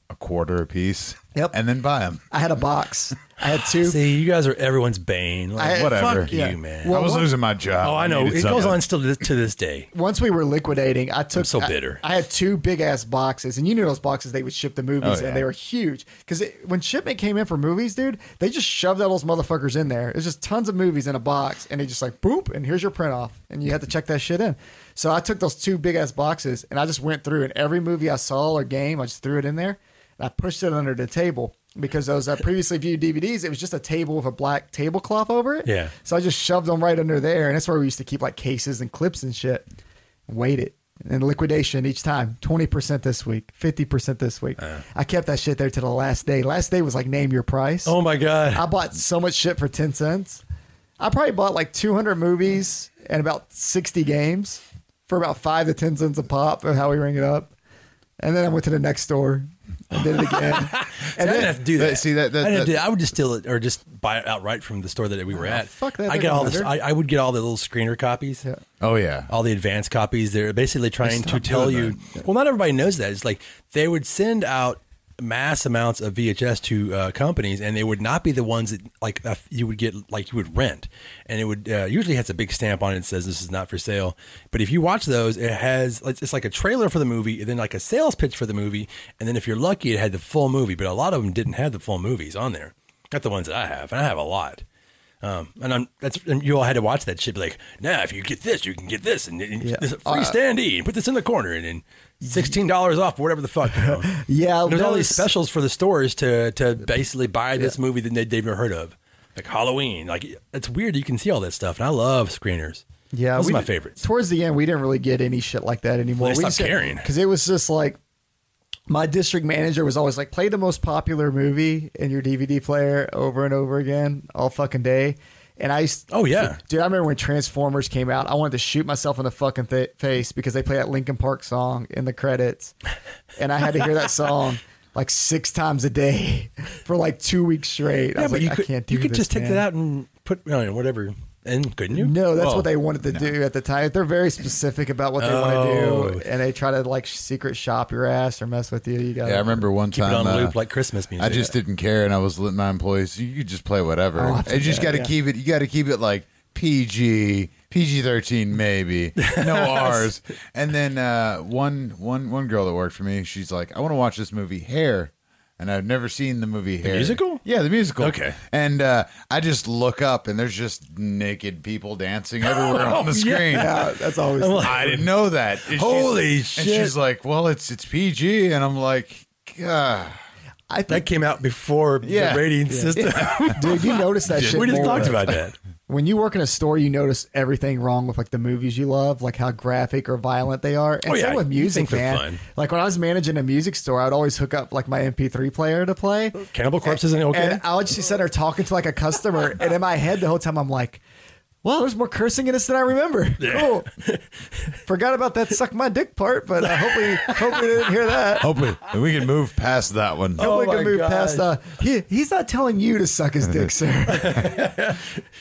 [SPEAKER 2] a quarter a piece.
[SPEAKER 4] Yep.
[SPEAKER 2] and then buy them.
[SPEAKER 4] I had a box. I had two.
[SPEAKER 3] See, you guys are everyone's bane. Like,
[SPEAKER 4] I-
[SPEAKER 2] Whatever.
[SPEAKER 3] fuck
[SPEAKER 4] Yeah.
[SPEAKER 3] you, man.
[SPEAKER 4] Well,
[SPEAKER 2] I was
[SPEAKER 4] what-
[SPEAKER 2] losing my job.
[SPEAKER 3] oh, I know.
[SPEAKER 2] needed
[SPEAKER 3] It goes
[SPEAKER 2] something.
[SPEAKER 3] on still to this, to this day.
[SPEAKER 4] Once we were liquidating, I took
[SPEAKER 3] so
[SPEAKER 4] I-
[SPEAKER 3] bitter.
[SPEAKER 4] I, had two big ass boxes, and you knew those boxes they would ship the movies,
[SPEAKER 2] Oh, yeah.
[SPEAKER 4] and they were huge. Because when shipment came in for movies, dude, they just shoved all those motherfuckers in there. It's just tons of movies in a box, and they just like boop, and here's your print off, and you had to check that shit in. So I took those two big ass boxes, and I just went through, and every movie I saw or game, I just threw it in there, and I pushed it under the table. Because those uh, previously viewed DVDs, it was just a table with a black tablecloth over it.
[SPEAKER 3] Yeah.
[SPEAKER 4] So I just shoved them right under there, and that's where we used to keep like cases and clips and shit. Wait it and liquidation each time. Twenty percent this week, fifty percent this week. I kept that shit there to the last day. Last day was like name your price.
[SPEAKER 3] Oh my god.
[SPEAKER 4] I bought so much shit for ten cents. I probably bought like two hundred movies and about sixty games for about five to ten cents a pop of how we ring it up. And then I went to the next store and did it again. and
[SPEAKER 3] I
[SPEAKER 4] then
[SPEAKER 3] didn't have to do
[SPEAKER 2] that-
[SPEAKER 3] that.
[SPEAKER 2] see, that- that-
[SPEAKER 3] I didn't have to do
[SPEAKER 2] that-
[SPEAKER 3] that. I would just steal it or just buy it outright from the store that we were at.
[SPEAKER 4] Oh, fuck that,
[SPEAKER 3] I
[SPEAKER 4] they're
[SPEAKER 3] get all
[SPEAKER 4] going
[SPEAKER 3] this. I,
[SPEAKER 4] under.
[SPEAKER 3] I would get all the little screener copies.
[SPEAKER 4] Yeah.
[SPEAKER 2] Oh yeah.
[SPEAKER 3] All the advanced copies. They're basically trying to
[SPEAKER 2] stop
[SPEAKER 3] tell
[SPEAKER 2] doing
[SPEAKER 3] you. Well, not everybody knows that. It's like they would send out mass amounts of VHS to uh, companies, and they would not be the ones that like uh, you would get like you would rent, and it would uh, usually has a big stamp on it that says this is not for sale. But if you watch those, it has it's it's like a trailer for the movie, and then like a sales pitch for the movie, and then if you're lucky, it had the full movie. But a lot of them didn't have the full movies on there. Got the ones that I have, and I have a lot. Um, and I'm that's and you all had to watch that shit. Be like, nah, if you get this, you can get this, and, and
[SPEAKER 4] Yeah.
[SPEAKER 3] this free standee, and put this in the corner, and then sixteen dollars off, whatever the fuck. You know?
[SPEAKER 4] Yeah,
[SPEAKER 3] there's all
[SPEAKER 4] that
[SPEAKER 3] these
[SPEAKER 4] was-
[SPEAKER 3] specials for the stores to to basically buy this movie that they'd never heard of, like Halloween. Like it's weird you can see all that stuff, and I love screeners.
[SPEAKER 4] Yeah,
[SPEAKER 3] those are
[SPEAKER 4] we
[SPEAKER 3] my
[SPEAKER 4] did-
[SPEAKER 3] favorites.
[SPEAKER 4] Towards the end, we didn't really get any shit like that anymore.
[SPEAKER 3] Well, they
[SPEAKER 4] we
[SPEAKER 3] stopped caring.
[SPEAKER 4] because it was just like my district manager was always like, "Play the most popular movie in your DVD player over and over again all fucking day." And I used,
[SPEAKER 3] Oh, yeah.
[SPEAKER 4] dude, I remember when Transformers came out, I wanted to shoot myself in the fucking th- face because they play that Linkin Park song in the credits, and I had to hear that song. Like six times a day for like two weeks straight. I was like,
[SPEAKER 3] you
[SPEAKER 4] I
[SPEAKER 3] could
[SPEAKER 4] can't do
[SPEAKER 3] you could
[SPEAKER 4] this,
[SPEAKER 3] just take
[SPEAKER 4] man.
[SPEAKER 3] that out and put you know, whatever, and couldn't you?
[SPEAKER 4] No, that's
[SPEAKER 2] Well,
[SPEAKER 4] what they wanted to do at the time. They're very specific about what they want
[SPEAKER 3] Oh.
[SPEAKER 4] to do, and they try to like secret shop your ass or mess with you. You got
[SPEAKER 2] Yeah, I remember one
[SPEAKER 3] Keep it
[SPEAKER 2] time
[SPEAKER 3] on
[SPEAKER 2] uh,
[SPEAKER 3] loop like Christmas music.
[SPEAKER 2] I just didn't care, and I was letting my employees. You could just play whatever.
[SPEAKER 4] Oh, I
[SPEAKER 2] you just got to
[SPEAKER 4] yeah.
[SPEAKER 2] keep it. You got to keep it like PG, PG thirteen, maybe no R's. And then uh, one one one girl that worked for me, she's like, I want to watch this movie Hair. and I've never seen the movie Hair.
[SPEAKER 3] musical?
[SPEAKER 2] Yeah, the musical.
[SPEAKER 3] Okay.
[SPEAKER 2] And uh, I just look up and there's just naked people dancing everywhere on the screen.
[SPEAKER 4] Yeah, that's always.
[SPEAKER 2] I didn't know that. And she's-
[SPEAKER 3] Holy
[SPEAKER 2] And
[SPEAKER 3] shit.
[SPEAKER 2] she's like, "Well, it's it's PG," and I'm like, "God."
[SPEAKER 4] I
[SPEAKER 3] That
[SPEAKER 4] think,
[SPEAKER 3] came out before
[SPEAKER 2] Yeah.
[SPEAKER 3] the rating system.
[SPEAKER 4] dude, you notice that shit.
[SPEAKER 3] we just
[SPEAKER 4] more.
[SPEAKER 3] talked about that.
[SPEAKER 4] when you work in a store, you notice everything wrong with like the movies you love, like how graphic or violent they are. And
[SPEAKER 3] Oh, yeah,
[SPEAKER 4] same with
[SPEAKER 3] you
[SPEAKER 4] music,
[SPEAKER 3] think they're
[SPEAKER 4] man.
[SPEAKER 3] fun.
[SPEAKER 4] Like when I was managing a music store, I'd always hook up like my MP3 player to play.
[SPEAKER 3] Cannibal Corpse isn't okay.
[SPEAKER 4] And I would just sit there talking to like a customer, and in my head the whole time I'm like, "Well, there's more cursing in this than I remember." Cool. Forgot about that suck my dick part, but uh, hopefully, hopefully you didn't hear that.
[SPEAKER 2] Hopefully, we can move past that one.
[SPEAKER 4] Hopefully we
[SPEAKER 3] Oh my
[SPEAKER 4] can move
[SPEAKER 3] God.
[SPEAKER 4] past. Uh, he, he's not telling you to suck his dick, sir.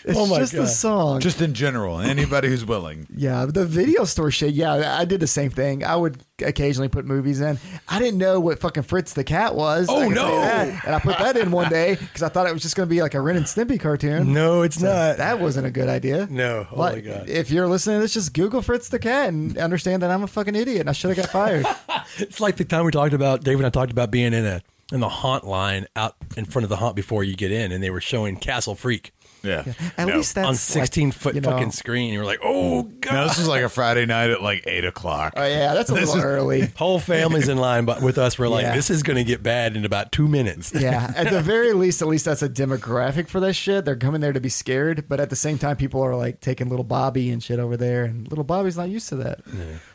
[SPEAKER 4] it's
[SPEAKER 3] Oh my
[SPEAKER 4] just the
[SPEAKER 3] God.
[SPEAKER 4] song.
[SPEAKER 2] Just in general, anybody who's willing.
[SPEAKER 4] Yeah, the video store shit. Yeah, I did the same thing. I would occasionally put movies in. I didn't know what fucking Fritz the Cat was.
[SPEAKER 3] Oh,
[SPEAKER 4] I can
[SPEAKER 3] no.
[SPEAKER 4] say that. And I put that in one day because I thought it was just going to be like a Ren and Stimpy cartoon.
[SPEAKER 3] no, it's not.
[SPEAKER 4] Uh, That wasn't a good idea.
[SPEAKER 3] No. Oh,
[SPEAKER 4] But
[SPEAKER 3] my God.
[SPEAKER 4] If you're listening to this, just Google Fritz the Cat and understand that I'm a fucking idiot and I should have got fired.
[SPEAKER 3] It's like the time we talked about David and I talked about being in a in the haunt line out in front of the haunt before you get in, and they were showing Castle Freak
[SPEAKER 2] Yeah.
[SPEAKER 4] At least that's
[SPEAKER 3] on
[SPEAKER 4] like,
[SPEAKER 3] sixteen foot
[SPEAKER 4] you know-
[SPEAKER 3] fucking screen. You were like, oh god,
[SPEAKER 2] Now this is like a Friday night at like eight o'clock.
[SPEAKER 4] Oh, yeah, that's a
[SPEAKER 2] This
[SPEAKER 4] little
[SPEAKER 2] is-
[SPEAKER 4] early.
[SPEAKER 3] whole family's in line, but with us, we're like,
[SPEAKER 4] Yeah.
[SPEAKER 3] this is going to get bad in about two minutes.
[SPEAKER 4] Yeah, at the very least, at least that's a demographic for that shit. They're coming there to be scared, but at the same time, people are like taking little Bobby and shit over there, and little Bobby's not used to that.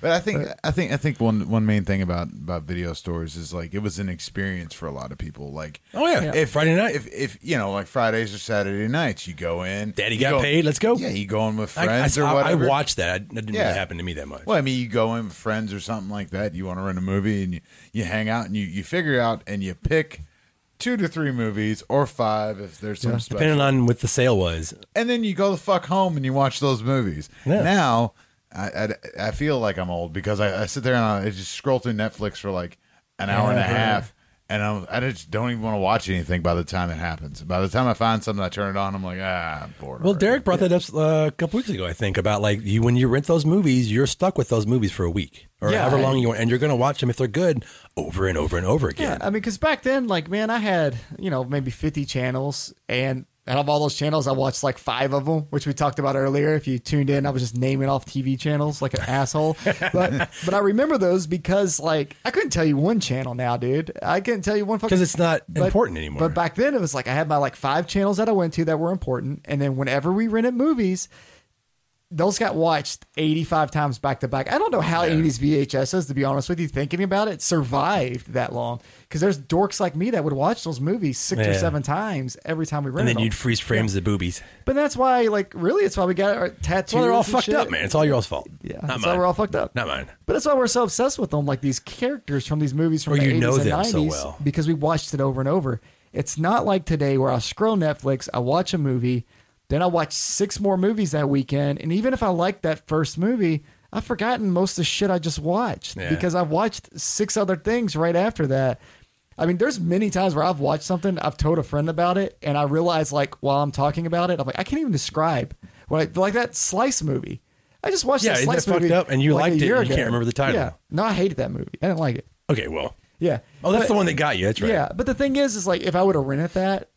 [SPEAKER 2] But I think I think I think one one main thing about about video stores is like it was an experience for a lot of people. Like
[SPEAKER 3] Oh, yeah. Yeah. Friday night.
[SPEAKER 2] if if you know like Fridays or Saturday nights, you go in.
[SPEAKER 3] Daddy
[SPEAKER 2] you
[SPEAKER 3] got
[SPEAKER 2] go-
[SPEAKER 3] paid, let's go.
[SPEAKER 2] Yeah, you go in with
[SPEAKER 3] I, I,
[SPEAKER 2] friends
[SPEAKER 3] I-
[SPEAKER 2] or
[SPEAKER 3] I
[SPEAKER 2] whatever.
[SPEAKER 3] watched that. It didn't
[SPEAKER 2] Yeah.
[SPEAKER 3] really happen to me that much.
[SPEAKER 2] Well, I mean, you go in with friends or something like that. You want to rent a movie and you, you hang out and you, you figure out and you pick two to three movies or five if there's some special.
[SPEAKER 3] Depending on what the sale was,
[SPEAKER 2] and then you go the fuck home and you watch those movies.
[SPEAKER 3] Yeah.
[SPEAKER 2] Now, I, I I feel like I'm old because I, I sit there and I just scroll through Netflix for like an hour and a half, and I'm, I just don't even want to watch anything by the time it happens. By the time I find something, I turn it on. I'm like, ah, I'm bored.
[SPEAKER 3] Well,
[SPEAKER 2] already."
[SPEAKER 3] Derek brought that up uh, a couple weeks ago, I think, about like you when you rent those movies, you're stuck with those movies for a week or
[SPEAKER 4] Yeah.
[SPEAKER 3] however long you want, and you're going to watch them if they're good over and over and over again.
[SPEAKER 4] I mean, because back then, like, man, I had you know maybe fifty channels, and out of all those channels, I watched like five of them, which we talked about earlier. If you tuned in, I was just naming off TV channels like an asshole. But but I remember those because like I couldn't tell you one channel now, dude. I couldn't tell you one fucking
[SPEAKER 3] Because it's not important anymore.
[SPEAKER 4] But back then, it was like I had my like five channels that I went to that were important, and then whenever we rented movies. Those got watched 85 times back to back. I don't know how any of these VHSs, to be honest with you, thinking about it, survived that long. Because there's dorks like me that would watch those movies six or
[SPEAKER 3] Yeah.
[SPEAKER 4] seven times every time we rented
[SPEAKER 3] and then
[SPEAKER 4] them.
[SPEAKER 3] you'd freeze frames the boobies.
[SPEAKER 4] but that's why, like, really, it's why we got our tattoos.
[SPEAKER 3] Well, they're all
[SPEAKER 4] and
[SPEAKER 3] fucked
[SPEAKER 4] shit.
[SPEAKER 3] up, man. It's all your all's fault.
[SPEAKER 4] Yeah,
[SPEAKER 3] not
[SPEAKER 4] that's
[SPEAKER 3] mine.
[SPEAKER 4] why we're all fucked up.
[SPEAKER 3] Not mine.
[SPEAKER 4] But that's why we're so obsessed with them, like these characters from these movies from
[SPEAKER 3] Or
[SPEAKER 4] the
[SPEAKER 3] you
[SPEAKER 4] 80s
[SPEAKER 3] know
[SPEAKER 4] and
[SPEAKER 3] them
[SPEAKER 4] 90s,
[SPEAKER 3] so well.
[SPEAKER 4] because we watched it over and over. It's not like today where I scroll Netflix, I watch a movie, then I watch six more movies that weekend, and even if I like that first movie, I've forgotten most of the shit I just watched
[SPEAKER 3] Yeah.
[SPEAKER 4] because I've watched six other things right after that. I mean, there's many times where I've watched something, I've told a friend about it, and I realize like while I'm talking about it, I'm like, I can't even describe what I, like that slice movie. I just watched
[SPEAKER 3] Yeah,
[SPEAKER 4] that
[SPEAKER 3] isn't
[SPEAKER 4] slice
[SPEAKER 3] that fucked
[SPEAKER 4] movie
[SPEAKER 3] up? And you
[SPEAKER 4] like
[SPEAKER 3] liked
[SPEAKER 4] a
[SPEAKER 3] it
[SPEAKER 4] year
[SPEAKER 3] and you
[SPEAKER 4] ago.
[SPEAKER 3] can't remember the title.
[SPEAKER 4] Yeah. No, I hated that movie. I didn't like it.
[SPEAKER 3] Okay, well.
[SPEAKER 4] Yeah.
[SPEAKER 3] Oh, that's
[SPEAKER 4] But-
[SPEAKER 3] the one that got you. That's right.
[SPEAKER 4] Yeah, but the thing is, is like if I would have rented that,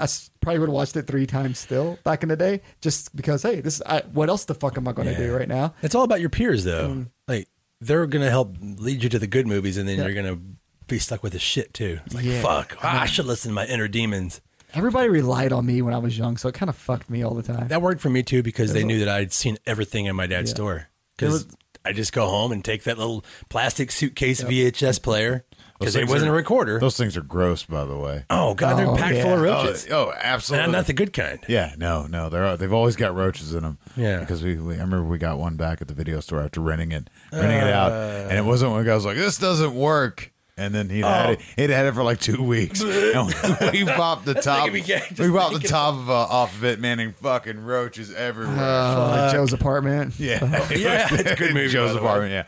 [SPEAKER 4] I s- probably would have watched it three times still back in the day, just because hey, this I, what else the fuck am I going to
[SPEAKER 3] Yeah.
[SPEAKER 4] do right now?
[SPEAKER 3] It's all about your peers, though. Like they're going to help lead you to the good movies, and then
[SPEAKER 4] Mm. Yeah.
[SPEAKER 3] you're going to be stuck with the shit too. It's like
[SPEAKER 4] Yeah.
[SPEAKER 3] fuck. Ah, I should listen to my inner demons.
[SPEAKER 4] Everybody relied on me when I was young, so it kind of fucked me all the time.
[SPEAKER 3] That worked for me too because they knew that I'd seen everything in my dad's
[SPEAKER 4] Yeah.
[SPEAKER 3] store. Because I just go home and take that little plastic suitcase VHS player because
[SPEAKER 2] Those
[SPEAKER 3] it
[SPEAKER 2] things
[SPEAKER 3] wasn't
[SPEAKER 2] are-
[SPEAKER 3] a recorder.
[SPEAKER 2] Those things are gross, by the way.
[SPEAKER 3] oh god,
[SPEAKER 4] Oh,
[SPEAKER 3] they're packed full of
[SPEAKER 4] yeah.
[SPEAKER 2] Oh,
[SPEAKER 3] roaches,
[SPEAKER 2] oh,
[SPEAKER 3] and
[SPEAKER 2] absolutely.
[SPEAKER 3] not the good kind.
[SPEAKER 2] Yeah, no, no, they're they've always got roaches in them.
[SPEAKER 3] Yeah.
[SPEAKER 2] because we, we I remember we got one back at the video store after renting it, renting it out, and
[SPEAKER 3] Uh.
[SPEAKER 2] it wasn't one guy was like, "This doesn't work." And then he would
[SPEAKER 3] Oh.
[SPEAKER 2] had it. He'd had it for like two weeks. And we popped the top.
[SPEAKER 3] making me gag just
[SPEAKER 2] We popped the top of, uh, off of it, man, and fucking roaches everywhere.
[SPEAKER 3] Oh,
[SPEAKER 4] uh, Joe's apartment.
[SPEAKER 2] Yeah,
[SPEAKER 3] yeah, it's a good movie,
[SPEAKER 2] Joe's
[SPEAKER 3] by the way.
[SPEAKER 2] apartment. Yeah,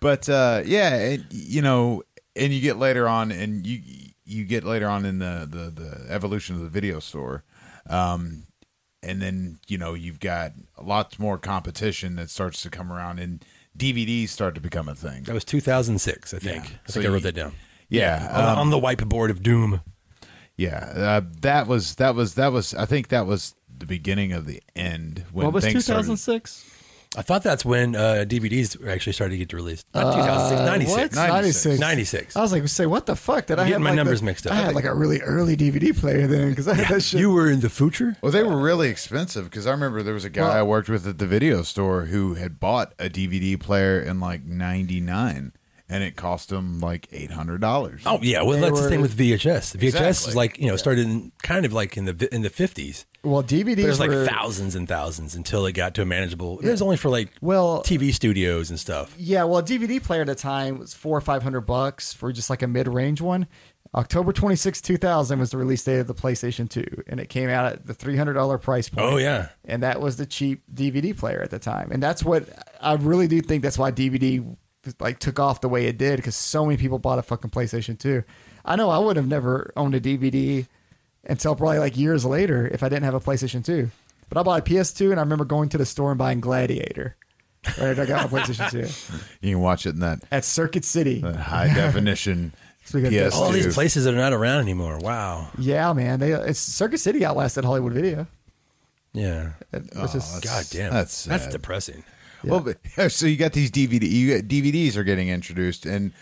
[SPEAKER 2] but uh, yeah, it, you know, and you get later on, and you you get later on in the the, the evolution of the video store, um, and then you know you've got lots more competition that starts to come around, and DVDs start to become a thing.
[SPEAKER 3] That was 2006, I think. I think I
[SPEAKER 2] you-
[SPEAKER 3] wrote that down.
[SPEAKER 2] Yeah,
[SPEAKER 3] on,
[SPEAKER 2] um,
[SPEAKER 3] on the whiteboard of doom.
[SPEAKER 2] yeah. Uh, that was that was that was. I think that was the beginning of the end when
[SPEAKER 5] What was
[SPEAKER 2] things started-
[SPEAKER 5] 2006?
[SPEAKER 3] I thought that's when uh, DVDs actually started to get released. Not 2006, 96.
[SPEAKER 4] what?
[SPEAKER 2] 96.
[SPEAKER 3] 96.
[SPEAKER 4] I was like, say what the fuck did I
[SPEAKER 3] getting
[SPEAKER 4] have?
[SPEAKER 3] my
[SPEAKER 4] like
[SPEAKER 3] numbers
[SPEAKER 4] the-
[SPEAKER 3] mixed up.
[SPEAKER 4] I had like a really early DVD player then because I had that shit.
[SPEAKER 3] You were in the future?
[SPEAKER 2] Well, they were really expensive because I remember there was a guy I worked with at the video store who had bought a DVD player in like '99, and it cost him like eight hundred dollars.
[SPEAKER 3] Oh yeah, well that's the
[SPEAKER 4] were-
[SPEAKER 3] thing with VHS. VHS
[SPEAKER 2] Exactly.
[SPEAKER 3] is like you know started in, kind of like in the in the fifties.
[SPEAKER 4] well, DVDs
[SPEAKER 3] There's like
[SPEAKER 4] were
[SPEAKER 3] thousands and thousands until it got to a manageable. It was only for like
[SPEAKER 4] Well-
[SPEAKER 3] TV studios and stuff.
[SPEAKER 4] yeah. Well, a DVD player at the time was four or five hundred bucks for just like a mid-range one. October twenty sixth, two thousand was the release date of the PlayStation Two, and it came out at the three hundred dollar price point.
[SPEAKER 3] Oh yeah,
[SPEAKER 4] and that was the cheap DVD player at the time. And that's what I really do think that's why DVD like took off the way it did because so many people bought a fucking PlayStation 2. I know I would have never owned a DVD until probably like years later if I didn't have a PlayStation 2. But I bought a PS2 and I remember going to the store and buying Gladiator. Right, after I got my PlayStation 2
[SPEAKER 2] You can watch it in that,
[SPEAKER 4] at Circuit City.
[SPEAKER 2] that high definition
[SPEAKER 4] Speaking of
[SPEAKER 2] PS2.
[SPEAKER 4] Let's
[SPEAKER 3] all these places that are not around anymore. Wow.
[SPEAKER 4] Yeah, man, they it's Circuit City outlasted Hollywood Video.
[SPEAKER 3] Yeah.
[SPEAKER 4] It was just-
[SPEAKER 3] God damn.
[SPEAKER 2] that's
[SPEAKER 3] Oh, that's
[SPEAKER 2] sad.
[SPEAKER 3] depressing.
[SPEAKER 2] Well, but, so you got these DVD, you got DVDs are getting introduced, and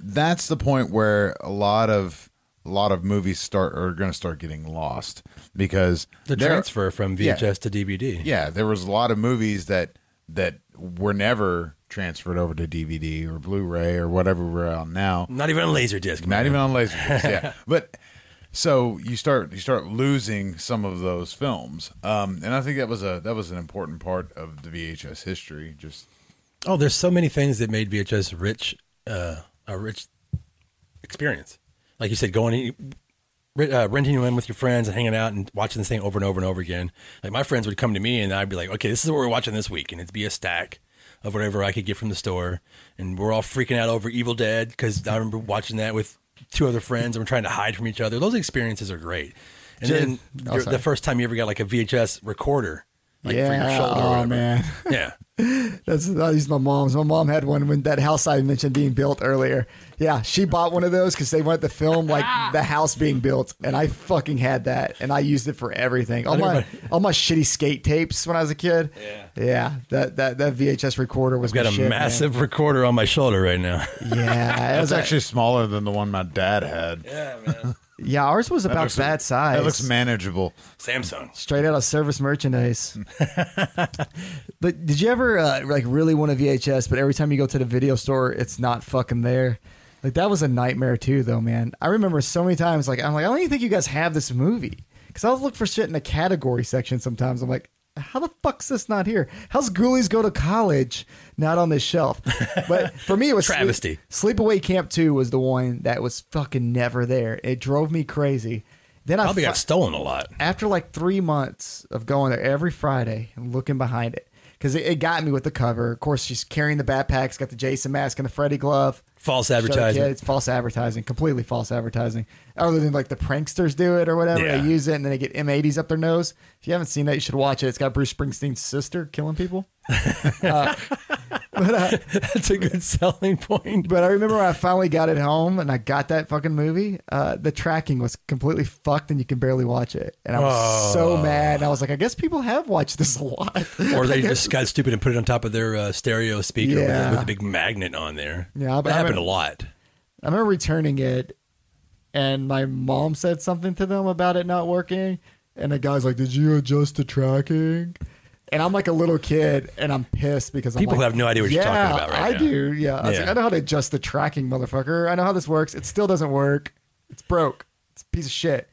[SPEAKER 2] that's the point where a lot of a lot of movies start are going to start getting lost because
[SPEAKER 3] The
[SPEAKER 2] there-
[SPEAKER 3] transfer from
[SPEAKER 2] Yeah.
[SPEAKER 3] VHS to DVD.
[SPEAKER 2] Yeah, there was a lot of movies that that were never transferred over to DVD or Blu-ray or whatever we're on now.
[SPEAKER 3] Not even a laser disc.
[SPEAKER 2] Not even on Laserdisc. yeah, but so you start you start losing some of those films, um, and I think that was a that was an important part of the VHS history. Just
[SPEAKER 3] Oh, there's so many things that made VHS rich, uh, a rich experience. Like you said, going re- uh, renting one with your friends and hanging out and watching this thing over and over and over again. Like my friends would come to me and I'd be like, "Okay, this is what we're watching this week," and it'd be a stack of whatever I could get from the store. And we're all freaking out over Evil Dead because I remember watching that with two other friends and we're trying to hide from each other. Those experiences are great. And then
[SPEAKER 4] Oh,
[SPEAKER 3] your-
[SPEAKER 4] sorry.
[SPEAKER 3] the first time you ever got like a VHS recorder, like for your
[SPEAKER 4] yeah,
[SPEAKER 3] shoulder, or
[SPEAKER 4] oh
[SPEAKER 3] whatever.
[SPEAKER 4] man.
[SPEAKER 3] yeah.
[SPEAKER 4] That's I use my mom's. My mom had one when that house I mentioned being built earlier. Yeah, she bought one of those because they wanted to film like the house being built, and I fucking had that, and I used it for everything. All my all my shitty skate tapes when I was a kid. Yeah, yeah. That that that VHS recorder was
[SPEAKER 3] I've got
[SPEAKER 4] my
[SPEAKER 3] a
[SPEAKER 4] shit, man.
[SPEAKER 3] massive recorder on my shoulder right now.
[SPEAKER 4] Yeah, it
[SPEAKER 2] That's
[SPEAKER 4] was
[SPEAKER 2] actually smaller than the one my dad had.
[SPEAKER 4] a- yeah. Ours was about that,
[SPEAKER 2] looks-
[SPEAKER 4] size.
[SPEAKER 2] That looks manageable.
[SPEAKER 3] Samsung.
[SPEAKER 4] straight out of service merchandise. but did you ever uh, like really want a VHS? But every time you go to the video store, it's not fucking there. Like that was a nightmare too, though, man. I remember so many times. Like I'm like, I don't even think you guys have this movie because I'll look for shit in the category section sometimes. I'm like. How the fuck's this not here? How's Ghoulies Go to College not on this shelf? But for me, it was
[SPEAKER 3] Travesty.
[SPEAKER 4] Sleep, Sleepaway Camp Two was the one that was fucking never there. It drove me crazy. Then I
[SPEAKER 3] Probably
[SPEAKER 4] fi-
[SPEAKER 3] got stolen a lot.
[SPEAKER 4] after like three months of going there every Friday and looking behind it, because it, it got me with the cover. Of course, she's carrying the backpack. It's got the Jason mask and the Freddy glove.
[SPEAKER 3] False
[SPEAKER 4] Show the
[SPEAKER 3] advertising.
[SPEAKER 4] kids, false advertising, completely false advertising. Other than like the pranksters do it or whatever,
[SPEAKER 3] Yeah.
[SPEAKER 4] they use it and then they get M80s up their nose. If you haven't seen that, you should watch it. It's got Bruce Springsteen's sister killing people.
[SPEAKER 3] That's a good selling point.
[SPEAKER 4] But I remember when I finally got it home and I got that fucking movie. Uh, the tracking was completely fucked and you can barely watch it. And I was so mad. And I was like, I guess people have watched this a lot.
[SPEAKER 3] Oh. Or
[SPEAKER 4] I
[SPEAKER 3] they
[SPEAKER 4] guess-
[SPEAKER 3] just got stupid and put it on top of their uh, stereo speaker with a-
[SPEAKER 4] Yeah.
[SPEAKER 3] with, a big magnet on there.
[SPEAKER 4] Yeah, but
[SPEAKER 3] that
[SPEAKER 4] I
[SPEAKER 3] happened a
[SPEAKER 4] mean-
[SPEAKER 3] lot.
[SPEAKER 4] I remember returning it, and my mom said something to them about it not working, and the guy's like, "Did you adjust the tracking?" And I'm like a little kid, and I'm pissed because I'm
[SPEAKER 3] People
[SPEAKER 4] like,
[SPEAKER 3] have no idea what you're talking about right
[SPEAKER 4] I
[SPEAKER 3] now."
[SPEAKER 4] do. Yeah, I was
[SPEAKER 3] Yeah.
[SPEAKER 4] like, I know how to adjust the tracking, motherfucker. I know how this works. It still doesn't work. It's broke. It's a piece of shit.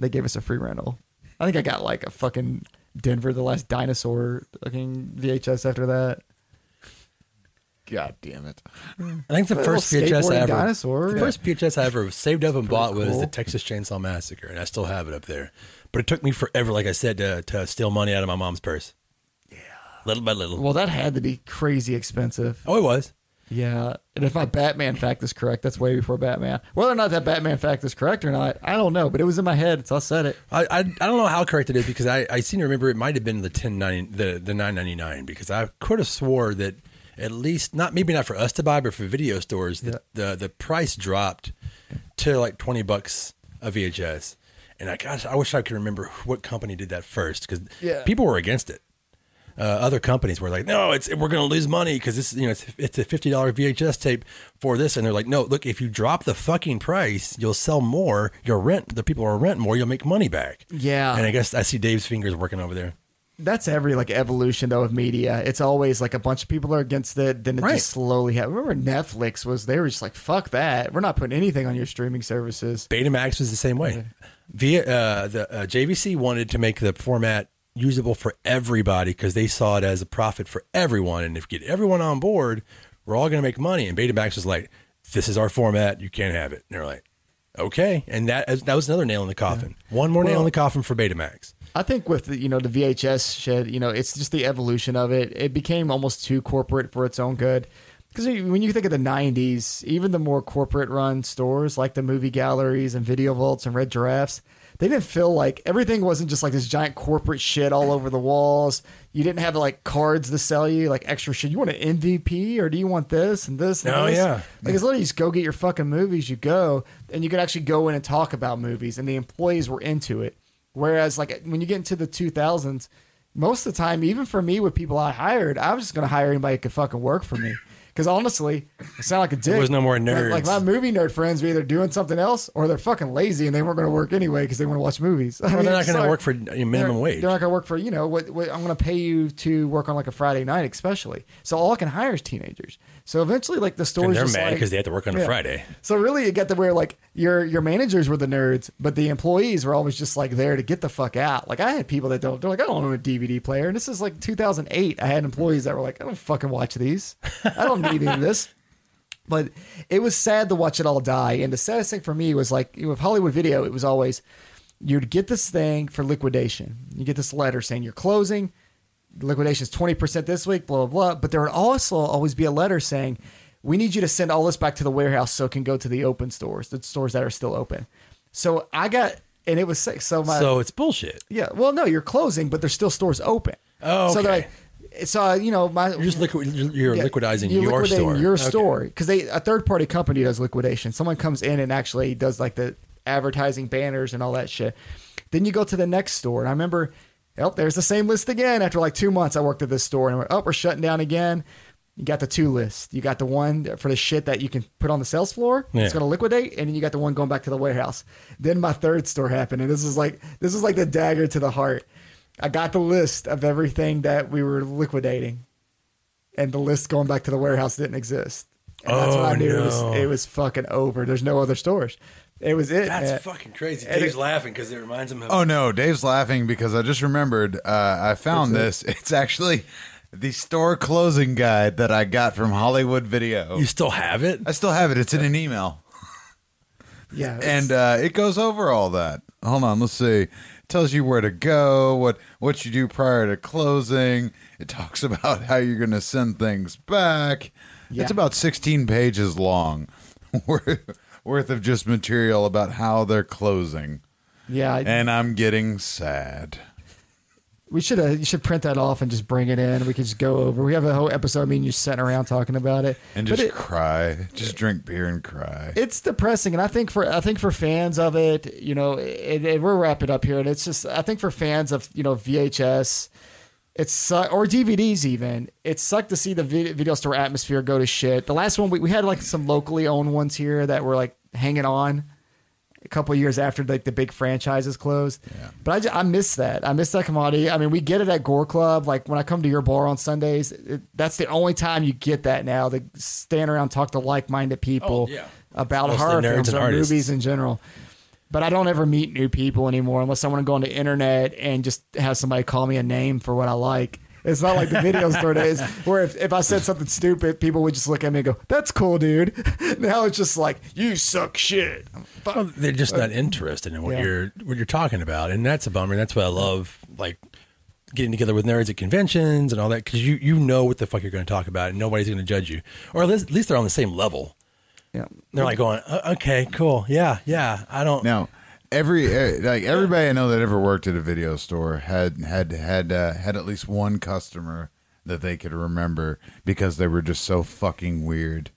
[SPEAKER 4] They gave us a free rental. I think I got like a fucking Denver the Last Dinosaur fucking VHS after that.
[SPEAKER 2] God damn it!
[SPEAKER 3] I think the
[SPEAKER 4] Little
[SPEAKER 3] first VHS I
[SPEAKER 4] skateboarding
[SPEAKER 3] ever
[SPEAKER 4] dinosaur.
[SPEAKER 3] the
[SPEAKER 4] Yeah.
[SPEAKER 3] first VHS I ever saved up and bought was
[SPEAKER 4] cool.
[SPEAKER 3] the Texas Chainsaw Massacre, and I still have it up there. But it took me forever, like I said, to, to steal money out of my mom's purse. Yeah, little by little.
[SPEAKER 4] Well, that had to be crazy expensive.
[SPEAKER 3] oh, it was.
[SPEAKER 4] Yeah, and if my Batman fact is correct, that's way before Batman. Whether or not that Batman fact is correct or not, I don't know, but it was in my head, so I said it.
[SPEAKER 3] I, I I don't know how correct it is because I, I seem to remember it might have been the ten ninety the the nine ninety nine because I could have swore that at least not maybe not for us to buy, but for video stores, the the, the price dropped to like twenty bucks a VHS. And I gosh, I wish I could remember what company did that first because
[SPEAKER 4] Yeah.
[SPEAKER 3] people were against it. Uh, other companies were like, "No, it's we're going to lose money because this, you know, it's, it's a fifty dollar VHS tape for this," and they're like, "No, look, if you drop the fucking price, you'll sell more. Your rent, the people are rent more. You'll make money back."
[SPEAKER 4] Yeah.
[SPEAKER 3] and I guess I see Dave's fingers working over there.
[SPEAKER 4] That's every like evolution though of media. It's always like a bunch of people are against it, then it
[SPEAKER 3] Right.
[SPEAKER 4] just slowly. Ha- Remember Netflix was they were just like fuck that. We're not putting anything on your streaming services.
[SPEAKER 3] Betamax was the same way. Via uh, the uh, JVC wanted to make the format usable for everybody because they saw it as a profit for everyone, and if you get everyone on board, we're all going to make money. And Betamax was like, "This is our format. You can't have it." And they're like, "Okay." And that that was another nail in the coffin. One more nail in the coffin for Betamax.
[SPEAKER 4] I think with the, you know the VHS shit, you know, it's just the evolution of it. It became almost too corporate for its own good. Because when you think of the '90s, even the more corporate-run stores like the movie galleries and video vaults and Red Giraffes, they didn't feel like everything wasn't just like this giant corporate shit all over the walls. You didn't have like cards to sell you, like extra shit. You want an MVP or do you want this and this? And
[SPEAKER 3] Oh,
[SPEAKER 4] this?
[SPEAKER 3] yeah.
[SPEAKER 4] Like it's literally just go get your fucking movies, you go, and you can actually go in and talk about movies, and the employees were into it. Whereas like when you get into the 2000s, most of the time, even for me with people I hired, I was just gonna hire anybody that could fucking work for me. Because honestly, I sound like a dick.
[SPEAKER 3] was no more
[SPEAKER 4] Like- Like,
[SPEAKER 3] nerds.
[SPEAKER 4] my movie nerd friends were either doing something else or they're fucking lazy and they weren't gonna work anyway because they want to watch movies. I
[SPEAKER 3] Or
[SPEAKER 4] mean,
[SPEAKER 3] they're not
[SPEAKER 4] it's
[SPEAKER 3] going to
[SPEAKER 4] like-
[SPEAKER 3] work for a minimum
[SPEAKER 4] they're,
[SPEAKER 3] wage.
[SPEAKER 4] They're not going to work for you know what, what I'm going to pay you to work on like a Friday night, especially. So all I can hire is teenagers. So eventually, like the stores,
[SPEAKER 3] and they're
[SPEAKER 4] just
[SPEAKER 3] mad
[SPEAKER 4] like-
[SPEAKER 3] because they have to work on a
[SPEAKER 4] Yeah.
[SPEAKER 3] Friday.
[SPEAKER 4] So really, you get to where like your your managers were the nerds, but the employees were always just like there to get the fuck out. Like I had people that don't. They're like, I don't own a DVD player, and this is like 2008. I had employees that were like, I don't fucking watch these. I don't need any of this. But it was sad to watch it all die. And the saddest thing for me was like with Hollywood Video, it was always you'd get this thing for liquidation. You get this letter saying you're closing. Liquidation is twenty percent this week. Blah blah blah. But there would also always be a letter saying we need you to send all this back to the warehouse so it can go to the open stores, the stores that are still open. So I got. And it was sick. So my
[SPEAKER 3] so it's bullshit.
[SPEAKER 4] yeah. Well, no, you're closing, but there's still stores open.
[SPEAKER 3] Oh,
[SPEAKER 4] so they're
[SPEAKER 3] okay.
[SPEAKER 4] like, so you know, my
[SPEAKER 3] You're just liquid, you're, you're
[SPEAKER 4] yeah,
[SPEAKER 3] liquidizing
[SPEAKER 4] you're
[SPEAKER 3] your
[SPEAKER 4] liquidating
[SPEAKER 3] store.
[SPEAKER 4] Your
[SPEAKER 3] Okay.
[SPEAKER 4] store, because they a third party company does liquidation. Someone comes in and actually does like the advertising banners and all that shit. Then you go to the next store, and I remember, oh, there's the same list again. After like two months, I worked at this store, and I went, oh, we're shutting down again. You got the two list. You got the one for the shit that you can put on the sales floor.
[SPEAKER 3] Yeah.
[SPEAKER 4] It's going to liquidate, and then you got the one going back to the warehouse. Then my third store happened, and this is like this is like the dagger to the heart. I got the list of everything that we were liquidating, and the list going back to the warehouse didn't exist. And that's when I
[SPEAKER 3] Oh,
[SPEAKER 4] knew it,
[SPEAKER 3] no.
[SPEAKER 4] was, it was fucking over. There's no other stores. It was it.
[SPEAKER 3] That's
[SPEAKER 4] man.
[SPEAKER 3] fucking crazy.
[SPEAKER 4] and
[SPEAKER 3] Dave's
[SPEAKER 4] it-
[SPEAKER 3] laughing because it reminds him of
[SPEAKER 2] Oh no, Dave's laughing because I just remembered uh, I found this. It's actually the store closing guide that I got from Hollywood Video.
[SPEAKER 3] You still have it?
[SPEAKER 2] I still have it. It's in an email,
[SPEAKER 4] yeah. it's-
[SPEAKER 2] and uh, it goes over all that. Hold on, let's see. It tells you where to go, what what you do prior to closing. It talks about how you're going to send things back.
[SPEAKER 4] Yeah.
[SPEAKER 2] It's about 16 pages long, worth worth of just material about how they're closing,
[SPEAKER 4] yeah.
[SPEAKER 2] and I'm getting sad.
[SPEAKER 4] we should uh, you should print that off and just bring it in. We could just go over. We have a whole episode. Me and you sitting around talking about it.
[SPEAKER 2] and
[SPEAKER 4] But
[SPEAKER 2] just
[SPEAKER 4] it-
[SPEAKER 2] cry, just drink beer and cry.
[SPEAKER 4] it's depressing and i think for i think for fans of it you know and, and we're wrapping up here and it's just i think for fans of you know vhs it's su- or dvds even it sucked to see the vid- video store atmosphere go to shit the last one we, we had like some locally owned ones here that were like hanging on a couple years after like the big franchises closed. But I, ju- I miss that. I miss that commodity. I mean, we get it at Gore Club. Like when I come to your bar on Sundays, it, that's the only time you get that now. To stand around, talk to like-minded people
[SPEAKER 3] Oh, yeah.
[SPEAKER 4] about
[SPEAKER 3] Mostly
[SPEAKER 4] horror
[SPEAKER 3] nerds
[SPEAKER 4] films
[SPEAKER 3] and
[SPEAKER 4] or
[SPEAKER 3] artists.
[SPEAKER 4] movies in general. But I don't ever meet new people anymore unless I want to go on the internet and just have somebody call me a name for what I like. It's not like the video store days where if, if I said something stupid, people would just look at me and go, "That's cool, dude." now it's just like, "You suck shit." I'm, Fuck.
[SPEAKER 3] Well, they're just not interested in what
[SPEAKER 4] yeah.
[SPEAKER 3] you're what you're talking about, and that's a bummer. That's what I love, like getting together with nerds at conventions and all that, because you you know what the fuck you're going to talk about, and nobody's going to judge you, or at least, at least they're on the same level.
[SPEAKER 4] Yeah.
[SPEAKER 3] They're like going, "Uh, okay, cool, yeah, yeah. I don't.
[SPEAKER 2] Now, every eh, like everybody I know that ever worked at a video store had had had uh, had at least one customer that they could remember because they were just so fucking weird.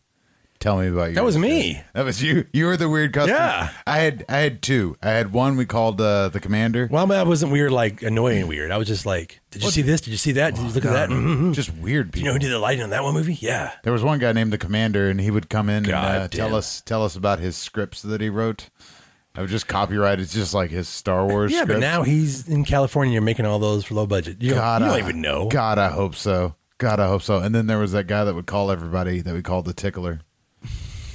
[SPEAKER 2] Tell me about you.
[SPEAKER 3] That was me.
[SPEAKER 2] That was you. You were the weird customer.
[SPEAKER 3] Yeah.
[SPEAKER 2] I had I had two. I had one we called uh, the commander.
[SPEAKER 3] Well, I, mean, I wasn't weird, like annoying weird. I was just like, did you see this? Did you see that? Did you look at that? Mhm.
[SPEAKER 2] Um, Just weird
[SPEAKER 3] You
[SPEAKER 2] people.
[SPEAKER 3] know who did the lighting on that one movie? Yeah.
[SPEAKER 2] There was one guy named the Commander, and he would come in and uh,
[SPEAKER 3] God
[SPEAKER 2] tell
[SPEAKER 3] damn.
[SPEAKER 2] us tell us about his scripts that he wrote. I would just copyright. It's just like his Star Wars.
[SPEAKER 3] Yeah, but
[SPEAKER 2] scripts.
[SPEAKER 3] now he's in California making all those for low budget. You,
[SPEAKER 2] God,
[SPEAKER 3] don't, you
[SPEAKER 2] I-
[SPEAKER 3] don't even know.
[SPEAKER 2] God, I hope so. God, I hope so. And then there was that guy that would call everybody that we called the tickler.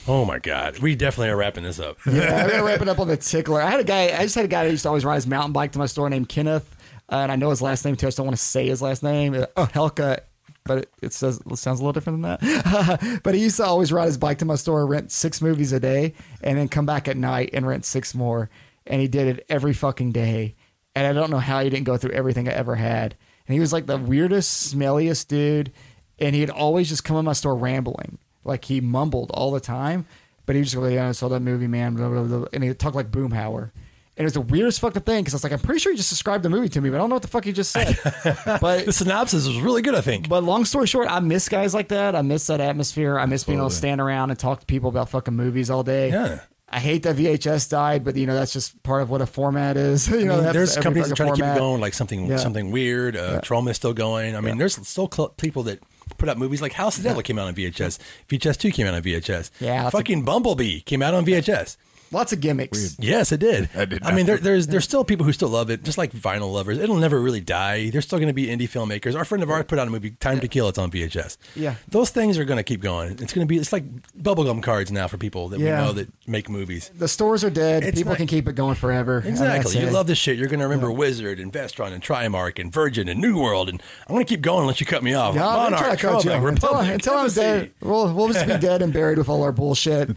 [SPEAKER 3] Oh my God. We definitely are wrapping this up.
[SPEAKER 4] Yeah, I'm gonna wrap it up on the tickler. I had a guy. I just had a guy that used to always ride his mountain bike to my store named Kenneth, uh, and I know his last name too. I just don't want to say his last name. Uh, Oh, Helka. But it, it says it sounds a little different than that. but he used to always ride his bike to my store, rent six movies a day, and then come back at night and rent six more. And he did it every fucking day. And I don't know how he didn't go through everything I ever had. And he was like the weirdest, smelliest dude. And he'd always just come in my store rambling, like he mumbled all the time. But he was just like, yeah, I saw that movie, man. Blah, blah, blah. And he talked like Boomhauer. And it was the weirdest fucking thing because I was like, I'm pretty sure he just described the movie to me, but I don't know what the fuck he just said.
[SPEAKER 3] The
[SPEAKER 4] but
[SPEAKER 3] synopsis was really good, I think.
[SPEAKER 4] but long story short, I miss guys like that. I miss that atmosphere. I miss being able to stand around and talk to people about fucking movies all day.
[SPEAKER 3] Yeah.
[SPEAKER 4] I hate that VHS died, but you know that's just part of what a format is. you know,
[SPEAKER 3] I mean,
[SPEAKER 4] that's
[SPEAKER 3] there's
[SPEAKER 4] every
[SPEAKER 3] companies that try to
[SPEAKER 4] fucking
[SPEAKER 3] keep it
[SPEAKER 4] format.
[SPEAKER 3] going, like something
[SPEAKER 4] Yeah.
[SPEAKER 3] something weird. Uh, Trauma is still going. I mean, there's still cl- people that put out movies like House of the Devil came out on VHS. VHS Two came out on VHS.
[SPEAKER 4] Yeah, that's a-
[SPEAKER 3] fucking Bumblebee came out on VHS.
[SPEAKER 4] Lots of gimmicks.
[SPEAKER 3] Yes, it did.
[SPEAKER 2] I did
[SPEAKER 3] I mean, there, there's there's still people who still love it, just like vinyl lovers. It'll never really die. There's still going to be indie filmmakers. Our friend of ours put out a movie, Time to Kill. It's on VHS.
[SPEAKER 4] Yeah.
[SPEAKER 3] those things are going to keep going. It's going to be it's like bubblegum cards now for people that
[SPEAKER 4] Yeah.
[SPEAKER 3] we know that make movies.
[SPEAKER 4] The stores are dead.
[SPEAKER 3] It's
[SPEAKER 4] People
[SPEAKER 3] not-
[SPEAKER 4] can keep it going forever. And that's
[SPEAKER 3] Exactly. You
[SPEAKER 4] it.
[SPEAKER 3] love this shit. You're going to remember Wizard and Vestron and Trimark and Virgin and New World. And I'm going to keep going unless you cut me off.
[SPEAKER 4] Yeah, I'm gonna
[SPEAKER 3] Monarch,
[SPEAKER 4] try to cut you
[SPEAKER 3] Troma,
[SPEAKER 4] off. until,
[SPEAKER 3] Republic,
[SPEAKER 4] I- until I'm
[SPEAKER 3] Embassy.
[SPEAKER 4] dead, we'll, we'll just be dead and buried with all our bullshit.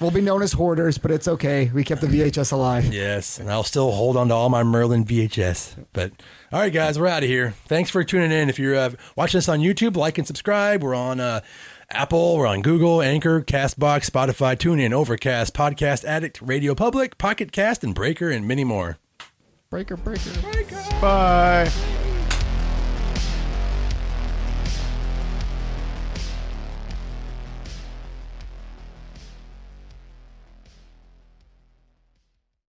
[SPEAKER 4] We'll be known as hoarders, but it's okay. We kept the VHS alive.
[SPEAKER 3] Yes. And I'll still hold on to all my Merlin VHS. But all right, guys, we're out of here. Thanks for tuning in. If you're uh, watching us on YouTube, like and subscribe. We're on uh, Apple, we're on Google, Anchor, Castbox, Spotify, TuneIn, Overcast, Podcast Addict, Radio Public, Pocket Cast, and Breaker, and many more.
[SPEAKER 4] Breaker, breaker.
[SPEAKER 2] Bye.